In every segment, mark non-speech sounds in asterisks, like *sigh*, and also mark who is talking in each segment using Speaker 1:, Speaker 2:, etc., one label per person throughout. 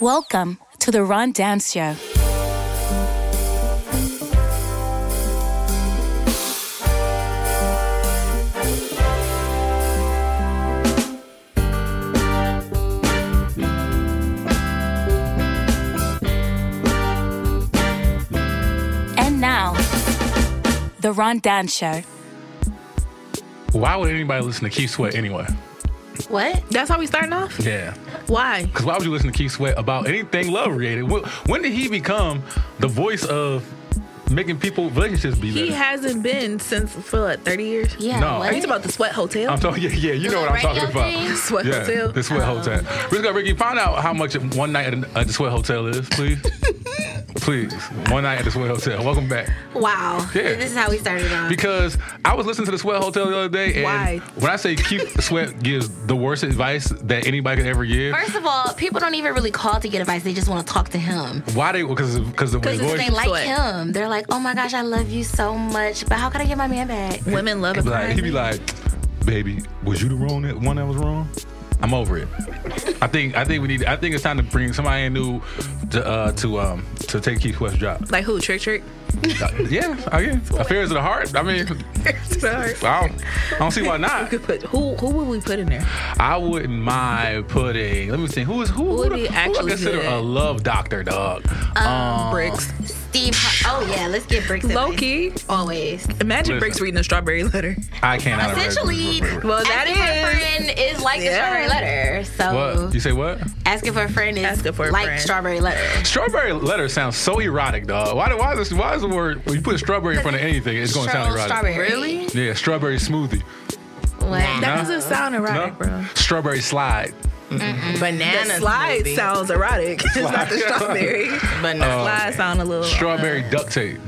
Speaker 1: Welcome to the Ron Dance Show. And now, the Ron Dance Show.
Speaker 2: Why would anybody listen to Keith Sweat anyway?
Speaker 3: What?
Speaker 4: That's how we starting off?
Speaker 2: Yeah.
Speaker 4: Why?
Speaker 2: Because why would you listen to Keith Sweat about anything love related? Wh- When did he become the voice of making people relationships be
Speaker 4: He
Speaker 2: better?
Speaker 4: hasn't been since for like 30 years.
Speaker 3: Yeah.
Speaker 2: No.
Speaker 3: what?
Speaker 2: Are
Speaker 4: Are you talking about the sweat hotel?
Speaker 2: I'm talking, *laughs* yeah, yeah, you know what I'm
Speaker 3: little
Speaker 2: talking
Speaker 3: radio
Speaker 2: about.
Speaker 3: thing?
Speaker 4: Sweat
Speaker 2: yeah,
Speaker 4: hotel? Uh-huh.
Speaker 2: the sweat hotel. Ricky, Ricky, find out how much one night at, at the sweat hotel is, please. please, one night at the sweat hotel. Welcome back.
Speaker 3: wow.
Speaker 2: Yeah.
Speaker 3: This is how we started off.
Speaker 2: Because I was listening to the Sweat Hotel the other day, and
Speaker 4: Why?
Speaker 2: when I say Keith Sweat gives the worst advice that anybody could ever give,
Speaker 3: First of all, people don't even really call to get advice. They just want to talk to him.
Speaker 2: why they? Because because of his
Speaker 3: Because
Speaker 2: voice.
Speaker 3: they like
Speaker 4: Sweat.
Speaker 3: him. They're like, oh my gosh, I love you so much, but how can I get my man back?
Speaker 4: Women love
Speaker 2: He
Speaker 4: a
Speaker 2: be like,
Speaker 4: crime.
Speaker 2: he be like, baby, was you the wrong that one that was wrong? I'm over it. I think I think we need. I think it's time to bring somebody new to uh, to um to take Keith West's
Speaker 4: *laughs*
Speaker 2: job.
Speaker 4: like who? Trick Trick?
Speaker 2: yeah, I guess. Affairs of the heart. I mean,
Speaker 4: Sorry.
Speaker 2: I don't, I don't
Speaker 4: *laughs*
Speaker 2: see why not.
Speaker 4: Could put who? Who would we put in there?
Speaker 2: I wouldn't mind putting. Let me think. Who is who? Who,
Speaker 4: would
Speaker 2: the-
Speaker 4: be
Speaker 2: who I
Speaker 4: actually
Speaker 2: consider
Speaker 4: good?
Speaker 2: a love doctor, dog. Um,
Speaker 4: Bricks.
Speaker 3: Steve. Oh yeah, let's get bricks. in
Speaker 4: Low
Speaker 3: this.
Speaker 4: key.
Speaker 3: Always.
Speaker 4: Imagine
Speaker 2: Listen.
Speaker 4: Bricks reading a strawberry letter.
Speaker 2: I cannot.
Speaker 3: Essentially,
Speaker 4: Well, that
Speaker 3: asking
Speaker 4: is-
Speaker 3: for a friend is like
Speaker 4: Yeah.
Speaker 3: the strawberry letter. So
Speaker 2: What you say? What?
Speaker 3: asking for a friend is
Speaker 4: Asking for a
Speaker 3: like
Speaker 4: friend.
Speaker 3: strawberry letter.
Speaker 2: Strawberry letter sounds so erotic, dog. Why? Why is why is the word when you put strawberry in front of anything, it's going to sound
Speaker 3: Stro-
Speaker 2: erotic?
Speaker 3: Strawberry.
Speaker 4: Really?
Speaker 2: Yeah, strawberry smoothie.
Speaker 3: Like,
Speaker 4: That
Speaker 2: No.
Speaker 4: doesn't sound erotic, bro.
Speaker 2: Strawberry slide.
Speaker 4: The
Speaker 5: Banana
Speaker 4: slide
Speaker 5: smoothie.
Speaker 4: sounds erotic. *laughs* it's
Speaker 2: *laughs*
Speaker 4: not the strawberry.
Speaker 2: Uh,
Speaker 5: Banana.
Speaker 4: slide sound a little.
Speaker 5: uh,
Speaker 2: Strawberry duct tape.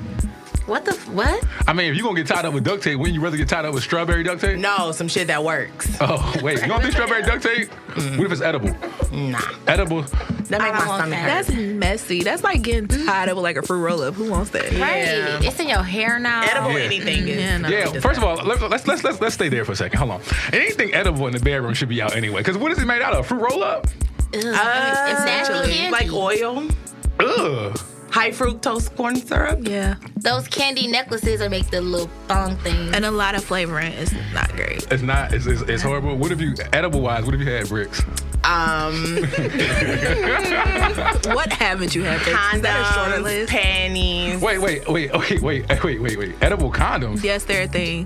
Speaker 3: What the f- what?
Speaker 2: I mean, if you're gonna get tied up with duct tape, wouldn't you rather get tied up with strawberry duct tape?
Speaker 5: no, some shit that works.
Speaker 2: Oh, wait, you don't think strawberry duct tape? What if it's edible?
Speaker 5: Nah,
Speaker 2: Edible.
Speaker 5: that
Speaker 3: I
Speaker 5: make my
Speaker 3: want
Speaker 5: stomach
Speaker 3: that.
Speaker 5: hurt.
Speaker 4: That's messy. That's like getting tied up with like a fruit roll up. Who wants that?
Speaker 5: Yeah.
Speaker 3: Right. It's in your hair now. Mm-hmm.
Speaker 5: Edible
Speaker 2: Yeah.
Speaker 5: anything is.
Speaker 4: Yeah, no.
Speaker 2: Yeah. First of all, let's let's let's let's, let's stay there for a second. Hold on. Anything edible in the bedroom should be out anyway. Cause what is it made out of? Fruit roll up?
Speaker 3: Ugh,
Speaker 5: Uh,
Speaker 3: it's natural candy.
Speaker 5: like oil,
Speaker 2: Ugh.
Speaker 5: high fructose corn syrup.
Speaker 4: Yeah.
Speaker 3: Those candy necklaces that make the little thong thing.
Speaker 4: And a lot of flavoring is not great.
Speaker 2: It's not. It's, it's, it's horrible. What if you edible wise? What if you had bricks?
Speaker 5: Um,
Speaker 4: *laughs* What haven't you had? Bricks? Is that a shorter
Speaker 5: condoms,
Speaker 4: list?
Speaker 5: panties.
Speaker 2: Wait, wait, wait, wait, wait, wait, wait, wait. Edible condoms.
Speaker 4: Yes, they're a thing.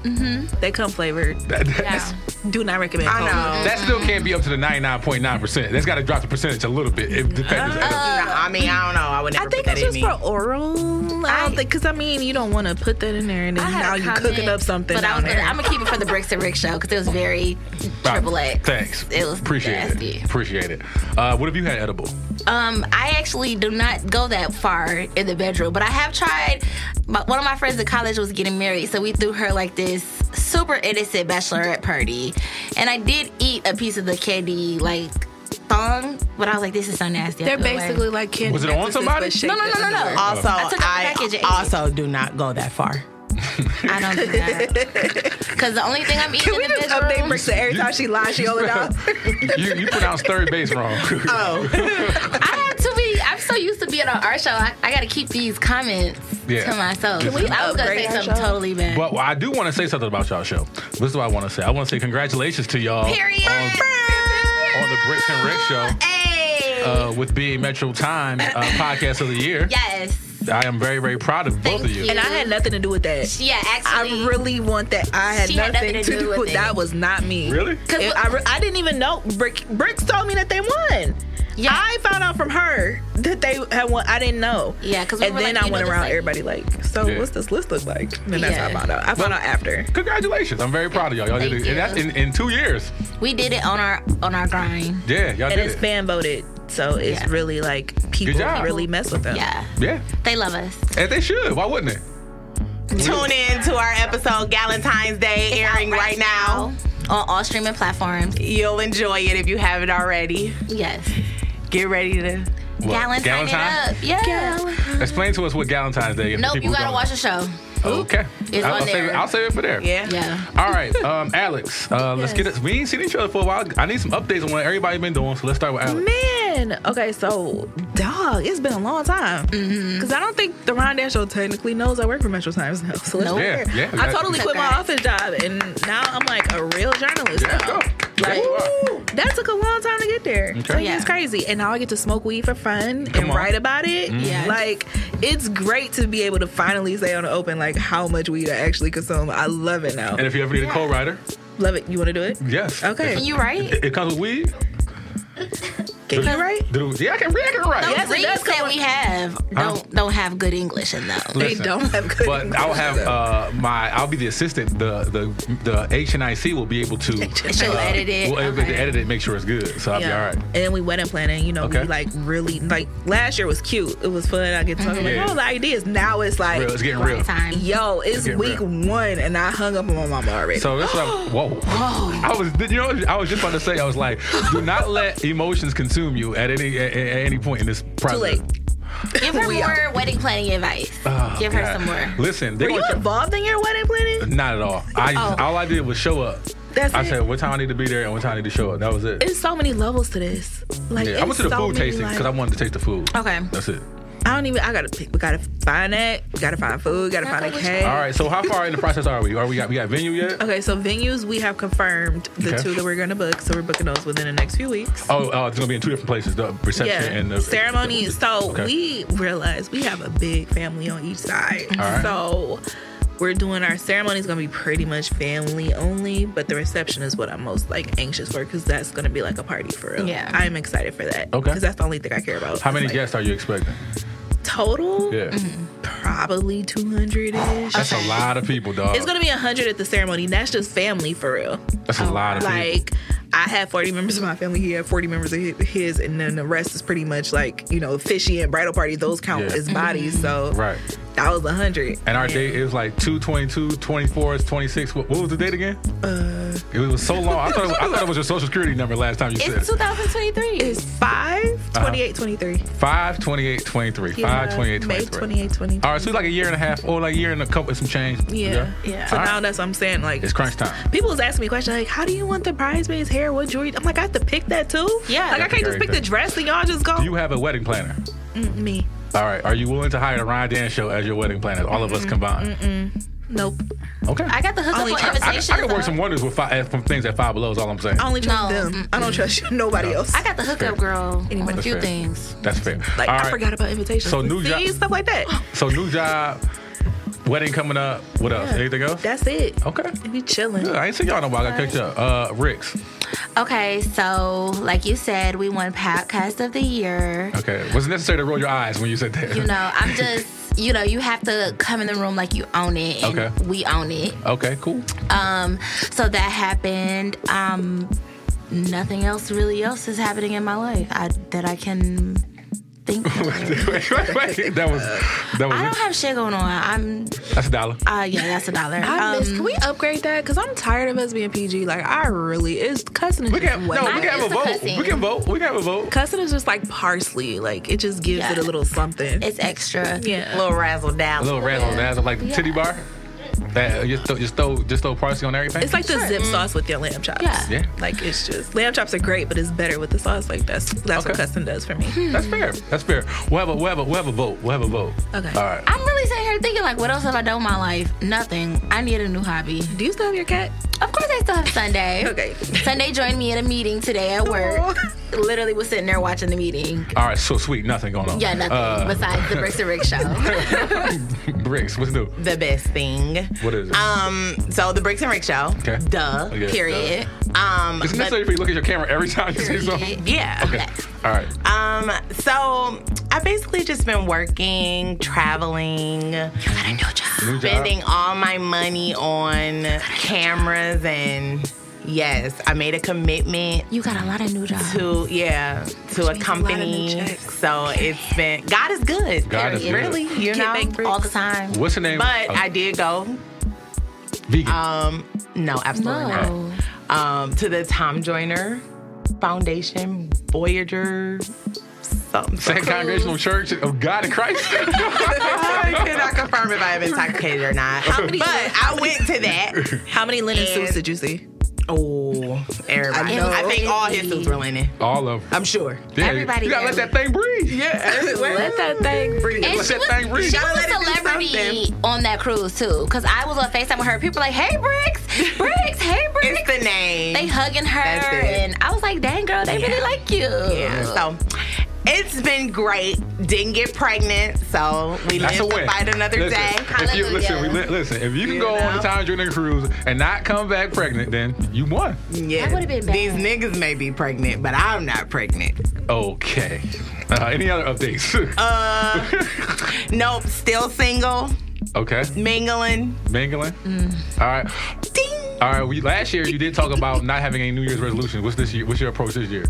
Speaker 4: They come flavored.
Speaker 2: That- that's-
Speaker 3: Mm-hmm. Yeah.
Speaker 4: Do not recommend.
Speaker 5: I know.
Speaker 2: That still can't be up to the 99.9%. That's got to drop the percentage a little bit. It depends. Uh,
Speaker 5: Nah, I mean, I don't know. I would never
Speaker 4: I think
Speaker 5: put that
Speaker 4: it's just
Speaker 5: in
Speaker 4: for
Speaker 5: me.
Speaker 4: oral. I don't
Speaker 3: I-
Speaker 4: think because I mean you don't want to put that in there and
Speaker 3: I
Speaker 4: then
Speaker 3: had
Speaker 4: now
Speaker 3: a
Speaker 4: you
Speaker 3: comment,
Speaker 4: cooking up something
Speaker 3: But I
Speaker 4: down
Speaker 3: was gonna,
Speaker 4: there.
Speaker 3: I'm gonna keep it for the bricks and Rick show because it was very triple X.
Speaker 2: Thanks.
Speaker 3: It was
Speaker 2: Appreciate
Speaker 3: nasty.
Speaker 2: it. Appreciate it. Uh, what have you had edible?
Speaker 3: Um, I actually do not go that far in the bedroom, but I have tried. My, one of my friends in college was getting married, so we threw her like this super innocent bachelorette party, and I did eat a piece of the candy like thong, but I was like, this is so nasty. I
Speaker 4: They're
Speaker 3: threw it away.
Speaker 4: basically like kids.
Speaker 2: Was it on somebody? Oh.
Speaker 3: no, no, no, no, no.
Speaker 5: Also,
Speaker 3: I took out the
Speaker 5: I,
Speaker 3: package and ate it.
Speaker 5: also do not go that far.
Speaker 3: I don't do that because the only thing I'm eating
Speaker 4: *laughs* Can we
Speaker 3: in the
Speaker 4: just
Speaker 3: bedroom.
Speaker 4: update Bricks that every time she lies, she
Speaker 3: *laughs*
Speaker 4: only out.
Speaker 2: You, you pronounced third base wrong.
Speaker 5: Oh,
Speaker 3: I have to be. I'm so used to being on our show. I, I got to keep these comments
Speaker 2: Yeah.
Speaker 3: to myself.
Speaker 2: Can we
Speaker 3: I was gonna
Speaker 4: upgrade
Speaker 3: say
Speaker 4: our
Speaker 3: something
Speaker 4: show?
Speaker 3: totally
Speaker 2: *laughs*
Speaker 3: bad.
Speaker 2: But I do want to say something about y'all show. This is what I want to say. I want to say congratulations to y'all
Speaker 3: Period.
Speaker 2: on, on the Bricks and Rick show
Speaker 3: Hey.
Speaker 2: uh, with being Metro Time
Speaker 3: *laughs*
Speaker 2: uh, podcast of the year.
Speaker 3: yes.
Speaker 2: I am very, very proud of both
Speaker 3: Thank
Speaker 2: of you.
Speaker 3: you.
Speaker 4: and I had nothing to do with that.
Speaker 3: Yeah.
Speaker 4: I
Speaker 3: Actually,
Speaker 4: really want that. I had,
Speaker 3: She
Speaker 4: nothing,
Speaker 3: had nothing
Speaker 4: to, do with
Speaker 3: it.
Speaker 4: that. Was not me.
Speaker 2: Really?
Speaker 4: Cause I, re- I didn't even know. Brick, Bricks told me that they won.
Speaker 3: Yeah.
Speaker 4: I found out from her that they had won. I didn't know.
Speaker 3: Yeah, 'cause we
Speaker 4: and
Speaker 3: were
Speaker 4: then
Speaker 3: like,
Speaker 4: I
Speaker 3: you
Speaker 4: went
Speaker 3: know,
Speaker 4: around
Speaker 3: just like-
Speaker 4: everybody like, so
Speaker 2: Yeah.
Speaker 4: what's this list look like? And then that's how I
Speaker 3: Yeah.
Speaker 4: found out. I found out after.
Speaker 2: Congratulations. I'm very proud of y'all. Y'all did
Speaker 3: Thank
Speaker 2: it. And that's in, in two years.
Speaker 3: we did it on our on our grind.
Speaker 2: Yeah, y'all
Speaker 4: And
Speaker 2: did
Speaker 4: it's
Speaker 2: it.
Speaker 4: fan voted, so it's
Speaker 3: Yeah.
Speaker 4: really like people
Speaker 2: job.
Speaker 4: really mess with them.
Speaker 3: Yeah.
Speaker 2: Yeah.
Speaker 3: They love us.
Speaker 2: And they should. Why wouldn't they?
Speaker 5: tune in to our episode Galentine's Day airing right, now.
Speaker 3: on all streaming platforms.
Speaker 5: You'll enjoy it if you haven't already.
Speaker 3: Yes.
Speaker 5: Get ready to.
Speaker 2: What,
Speaker 3: Galentine it up. Yeah.
Speaker 2: Explain to us what Galentine's Day is. for
Speaker 3: Nope.
Speaker 2: people
Speaker 3: You
Speaker 2: who
Speaker 3: gotta
Speaker 2: don't
Speaker 3: watch the show.
Speaker 2: Okay.
Speaker 3: It's
Speaker 2: I'll,
Speaker 3: on
Speaker 2: I'll save
Speaker 3: there.
Speaker 2: it, I'll save it for there.
Speaker 5: Yeah.
Speaker 3: Yeah.
Speaker 2: All right, um, Alex. Uh, Let's get it. We ain't seen each other for a while. I need some updates on what everybody been doing. So let's start with Alex.
Speaker 4: Man, okay, so dog, it's been a long time because
Speaker 3: Mm-hmm.
Speaker 4: I don't think the Ron Dash show technically knows I work for Metro Times now. So let's
Speaker 3: Nope.
Speaker 4: be
Speaker 2: Yeah,
Speaker 4: fair.
Speaker 2: yeah,
Speaker 4: I
Speaker 2: that-
Speaker 4: totally quit my
Speaker 3: Okay.
Speaker 4: office job and now I'm like a real journalist.
Speaker 2: Yeah,
Speaker 4: now.
Speaker 2: go. Yeah,
Speaker 4: Like,
Speaker 2: you are.
Speaker 4: woo, that took a long time to get there.
Speaker 2: Okay.
Speaker 4: So yeah, it's
Speaker 3: Yeah.
Speaker 4: crazy. And now I get to smoke weed for fun
Speaker 2: Come
Speaker 4: and
Speaker 2: on. Mm-hmm.
Speaker 4: write about it.
Speaker 3: Yeah.
Speaker 4: Like, it's great to be able to finally say on the open, like, how much weed I actually consume. I love it now.
Speaker 2: And if you ever need a co-writer,
Speaker 4: Love it. You want to do it?
Speaker 2: yes.
Speaker 4: Okay.
Speaker 3: Can you write?
Speaker 2: It, it comes with weed.
Speaker 4: Can you write?
Speaker 2: Do- yeah, I can, I can write.
Speaker 3: Those
Speaker 4: Yes, it
Speaker 3: reads
Speaker 4: does
Speaker 3: that
Speaker 4: come-
Speaker 3: we have don't don't have good English in them.
Speaker 4: They
Speaker 2: Listen,
Speaker 4: don't have good.
Speaker 2: But I'll have uh, my. I'll be the assistant. The the the H and I C will be able to.
Speaker 3: She'll
Speaker 2: uh,
Speaker 3: edit it.
Speaker 2: We'll edit,
Speaker 3: Okay.
Speaker 2: edit it. Make sure it's good. So I'll
Speaker 4: Yeah.
Speaker 2: be all right.
Speaker 4: And then we wedding planning, you know,
Speaker 2: Okay.
Speaker 4: we like really like last year was cute. It was fun. I get to talk about
Speaker 2: Yeah.
Speaker 4: all the ideas. Now it's like
Speaker 2: Mm-hmm. Real, it's getting
Speaker 3: Right
Speaker 2: real.
Speaker 3: time.
Speaker 4: yo, it's
Speaker 2: getting
Speaker 4: week
Speaker 2: real.
Speaker 4: one and I hung up on my mama already.
Speaker 2: So that's what
Speaker 4: *gasps*
Speaker 2: I'm, whoa. I was, you know, I was just about to say, I was like, do not let emotions consume you at any at, at any point in this
Speaker 4: Too
Speaker 2: process.
Speaker 4: late.
Speaker 3: Give her
Speaker 4: We
Speaker 3: more wedding planning advice.
Speaker 2: Oh,
Speaker 3: Give her
Speaker 2: God.
Speaker 3: some more.
Speaker 2: Listen,
Speaker 4: Were
Speaker 2: they're
Speaker 4: you
Speaker 2: gonna
Speaker 4: involved in your wedding planning?
Speaker 2: not at all. I
Speaker 3: Oh.
Speaker 2: all I did was show up.
Speaker 4: That's
Speaker 2: I
Speaker 4: it.
Speaker 2: said what time I need to be there and what time I need to show up. That was it.
Speaker 4: It's so many levels to this. Like
Speaker 2: Yeah, I went
Speaker 4: it's
Speaker 2: to the
Speaker 4: so
Speaker 2: food
Speaker 4: many,
Speaker 2: tasting
Speaker 4: like-
Speaker 2: because I wanted to taste the food.
Speaker 3: Okay.
Speaker 2: That's it.
Speaker 4: I don't even. I gotta pick. We gotta find that. We gotta find food. Gotta
Speaker 3: Not
Speaker 4: find a
Speaker 3: that we-
Speaker 4: cake.
Speaker 2: All right. So how far in the process are we? Are we got we got venue
Speaker 4: *laughs*
Speaker 2: yet?
Speaker 4: Okay, so venues we have confirmed the
Speaker 2: Okay.
Speaker 4: two that we're gonna book, so we're booking those within the next few weeks.
Speaker 2: Oh, uh, it's gonna be in two different places. The reception
Speaker 4: yeah,
Speaker 2: and the
Speaker 4: ceremony. so
Speaker 2: Okay.
Speaker 4: we realize we have a big family on each side.
Speaker 2: right.
Speaker 4: So we're doing our ceremony is going to be pretty much family only, but the reception is what I'm most like anxious for because that's going to be like a party for real.
Speaker 3: Yeah.
Speaker 4: I'm excited for that.
Speaker 2: Okay.
Speaker 4: because that's the only thing I care about.
Speaker 2: How many
Speaker 4: It's, like,
Speaker 2: guests are you expecting?
Speaker 4: total?
Speaker 2: Yeah,
Speaker 4: probably 200 ish.
Speaker 2: that's a lot of people, dog.
Speaker 4: It's going to be 100 at the ceremony. and That's just family for real.
Speaker 2: that's a lot of people.
Speaker 4: Like, I had 40 members of my family. He had 40 members of hi- his, and then the rest is pretty much like, you know, officiant, bridal party. Those count
Speaker 2: Yeah. Mm-hmm.
Speaker 4: as bodies. So
Speaker 2: Right.
Speaker 4: that was 100.
Speaker 2: And our date is like 222, 24, 26. What, what was the date again? Uh, it was so long. I thought it was, I thought it was your social security number last time you Uh-huh. said
Speaker 3: It's
Speaker 2: it.
Speaker 3: 2023.
Speaker 4: It's 5, 28, 23.
Speaker 2: 5 28 23. 5 28
Speaker 4: May
Speaker 2: 23.
Speaker 4: 28, 23.
Speaker 2: All right, so it's like a year and a half or like a year and a couple some change.
Speaker 4: Yeah. yeah. So
Speaker 2: All
Speaker 4: now
Speaker 2: right.
Speaker 4: that's what I'm saying. Like,
Speaker 2: It's crunch time.
Speaker 4: People was asking me questions like, "How do you want the bridesmaid's hair? What jewelry?" I'm like, "I have to pick that too.
Speaker 3: Yeah.
Speaker 4: like I
Speaker 3: Gotta
Speaker 4: can't
Speaker 2: pick
Speaker 4: just pick the
Speaker 2: everything.
Speaker 4: dress and y'all just go
Speaker 2: Do you have a wedding planner?
Speaker 4: Mm, me.
Speaker 2: All right. Are you willing to hire Ryan Dan Show as your wedding planner? All of us
Speaker 4: Mm-hmm.
Speaker 2: combined.
Speaker 4: Nope.
Speaker 2: Okay.
Speaker 3: I got the hookup
Speaker 4: Only
Speaker 3: on
Speaker 4: try- I-
Speaker 2: I,
Speaker 4: I
Speaker 2: I
Speaker 3: invitations.
Speaker 2: can
Speaker 3: though.
Speaker 2: work some wonders with five, from things at Five Below. Is all I'm saying.
Speaker 4: I only trust
Speaker 3: No,
Speaker 4: them. I don't trust nobody else.
Speaker 3: Um, I got the hookup girl on a
Speaker 2: That's
Speaker 3: few
Speaker 2: fair.
Speaker 3: things.
Speaker 2: That's fair.
Speaker 4: Like
Speaker 2: all
Speaker 4: I
Speaker 2: right.
Speaker 4: forgot about invitations.
Speaker 2: So new
Speaker 4: See,
Speaker 2: job-
Speaker 4: stuff like that.
Speaker 2: So new job, wedding coming up. What else? Anything else?
Speaker 4: That's it.
Speaker 2: okay.
Speaker 4: We chilling.
Speaker 2: Good. I ain't seen y'all in a while. I got catch up. Uh, Ricks.
Speaker 3: Okay, so like you said, we won podcast of the year.
Speaker 2: Okay. Was it necessary to roll your eyes when you said that?
Speaker 3: You know, I'm just, you know, you have to come in the room like you own it, and
Speaker 2: Okay.
Speaker 3: we own it.
Speaker 2: *laughs* Okay. Cool. *laughs*
Speaker 3: Um, so that happened. Um, nothing else really else is happening in my life I, that I can think. Of.
Speaker 2: Wait, wait, wait. That was that
Speaker 3: I don't
Speaker 2: was.
Speaker 3: have shit going on. I'm,
Speaker 2: It. That's a dollar.
Speaker 3: uh, yeah, that's a dollar.
Speaker 4: I miss,
Speaker 3: Um,
Speaker 4: can we upgrade that? Cause I'm tired of us being PG. Like I really is cussing. Is
Speaker 2: We
Speaker 4: just
Speaker 2: can no.
Speaker 4: way
Speaker 2: We
Speaker 4: too
Speaker 2: can
Speaker 4: much.
Speaker 2: have a
Speaker 3: It's the
Speaker 2: vote.
Speaker 3: cussing.
Speaker 2: We can vote. We can have a vote.
Speaker 4: Cussing is just like parsley. Like it just gives
Speaker 3: Yeah.
Speaker 4: it a little something.
Speaker 3: it's extra.
Speaker 4: yeah.
Speaker 5: Little razzle
Speaker 2: A
Speaker 5: dazzle.
Speaker 2: little razzle dazzle, like the titty bar. That uh, you just throw, just throw, just throw parsley on everything.
Speaker 4: It's like the zip sauce with your lamb chops.
Speaker 3: Mm-hmm. Yeah.
Speaker 2: yeah,
Speaker 4: Like it's just lamb chops are great, but it's better with the sauce. Like that's that's what
Speaker 2: Okay.
Speaker 4: cussing does for me.
Speaker 2: that's fair. That's fair. We'll have a, we'll have a, we'll have a vote. We'll have a vote.
Speaker 4: Okay.
Speaker 2: All right.
Speaker 3: I'm really sitting here thinking, like, what else have I done with my life? Nothing. I need a new hobby.
Speaker 4: Do you still have your cat?
Speaker 3: Of course, I still have
Speaker 5: *laughs*
Speaker 3: Sunday.
Speaker 4: Okay.
Speaker 3: Sunday joined me at a meeting today at work.
Speaker 5: Oh.
Speaker 3: Literally was sitting there watching the meeting.
Speaker 2: All right. So sweet. Nothing going on.
Speaker 3: Yeah, nothing besides the Bricks and Rick show.
Speaker 2: nothing. *laughs* Bricks. What's new?
Speaker 5: *laughs* The best thing.
Speaker 2: What is it?
Speaker 5: Um, so the Bricks and Rick show.
Speaker 2: Okay.
Speaker 5: Duh.
Speaker 2: Okay.
Speaker 3: Period.
Speaker 5: Um,
Speaker 2: It's
Speaker 5: but-
Speaker 2: necessary for you to look at your camera *laughs* every time you say something.
Speaker 5: yeah.
Speaker 2: Okay. All right.
Speaker 5: Um, so I basically just been working, traveling,
Speaker 3: Got a new job.
Speaker 2: New job.
Speaker 5: spending all my money on cameras and yes, I made a commitment
Speaker 3: You got a lot of new jobs.
Speaker 5: to yeah, to a
Speaker 4: means a lot of new
Speaker 5: company.
Speaker 4: checks.
Speaker 5: So it's been God is good.
Speaker 2: God is good.
Speaker 5: Really, you
Speaker 4: Get
Speaker 5: know.
Speaker 4: back bricks.
Speaker 3: All the time.
Speaker 2: What's the name?
Speaker 5: But
Speaker 2: Oh,
Speaker 5: I did go.
Speaker 2: vegan.
Speaker 5: Um, no, absolutely
Speaker 3: No.
Speaker 5: not. Um, to the Tom Joyner Foundation Voyager something. So
Speaker 2: Second Congregational Church of God in Christ.
Speaker 5: *laughs* I cannot confirm if I've been intoxicated or not.
Speaker 4: many-
Speaker 5: but I went to that.
Speaker 4: How many linen
Speaker 5: And-
Speaker 4: suits did you see?
Speaker 5: Oh, everybody.
Speaker 3: know.
Speaker 5: I, think all his suits were linen.
Speaker 2: All of them.
Speaker 5: I'm sure.
Speaker 2: Yeah,
Speaker 3: Everybody
Speaker 2: You gotta let
Speaker 3: there.
Speaker 2: that thing breathe.
Speaker 5: Let that thing breathe.
Speaker 3: And
Speaker 2: Let
Speaker 3: she
Speaker 2: that
Speaker 3: was,
Speaker 2: thing breathe.
Speaker 3: she
Speaker 5: Gotta
Speaker 3: was
Speaker 5: let it
Speaker 3: a
Speaker 5: do
Speaker 3: celebrity
Speaker 5: something.
Speaker 3: on that cruise too, because I was on Facetime with her. People like, "Hey, Bricks, Bricks, hey, Bricks."
Speaker 5: *laughs* It's the name.
Speaker 3: they hugging her,
Speaker 5: That's it.
Speaker 3: and I was like, "Dang, girl, they really like you."
Speaker 5: *laughs* Yeah, so it's been great. Didn't get pregnant, so we
Speaker 2: That's a
Speaker 5: lived
Speaker 2: win.
Speaker 5: to fight another
Speaker 2: listen,
Speaker 5: day.
Speaker 2: If you, listen, we,
Speaker 3: Hallelujah.
Speaker 2: li- listen, if you can
Speaker 5: You
Speaker 2: go on the
Speaker 5: know?
Speaker 2: Time Journey cruise and not come back pregnant, then you won.
Speaker 5: Yeah,
Speaker 3: That would've been bad.
Speaker 5: These niggas may be pregnant, but I'm not pregnant.
Speaker 2: Okay. Uh, any other updates? *laughs*
Speaker 5: Uh, nope, still single,
Speaker 2: okay.
Speaker 5: mingling.
Speaker 2: Mingling.
Speaker 3: Mm.
Speaker 2: All right.
Speaker 5: Ding.
Speaker 2: All right. We last year you did talk about not having any New Year's resolution. What's this year? What's your approach this year?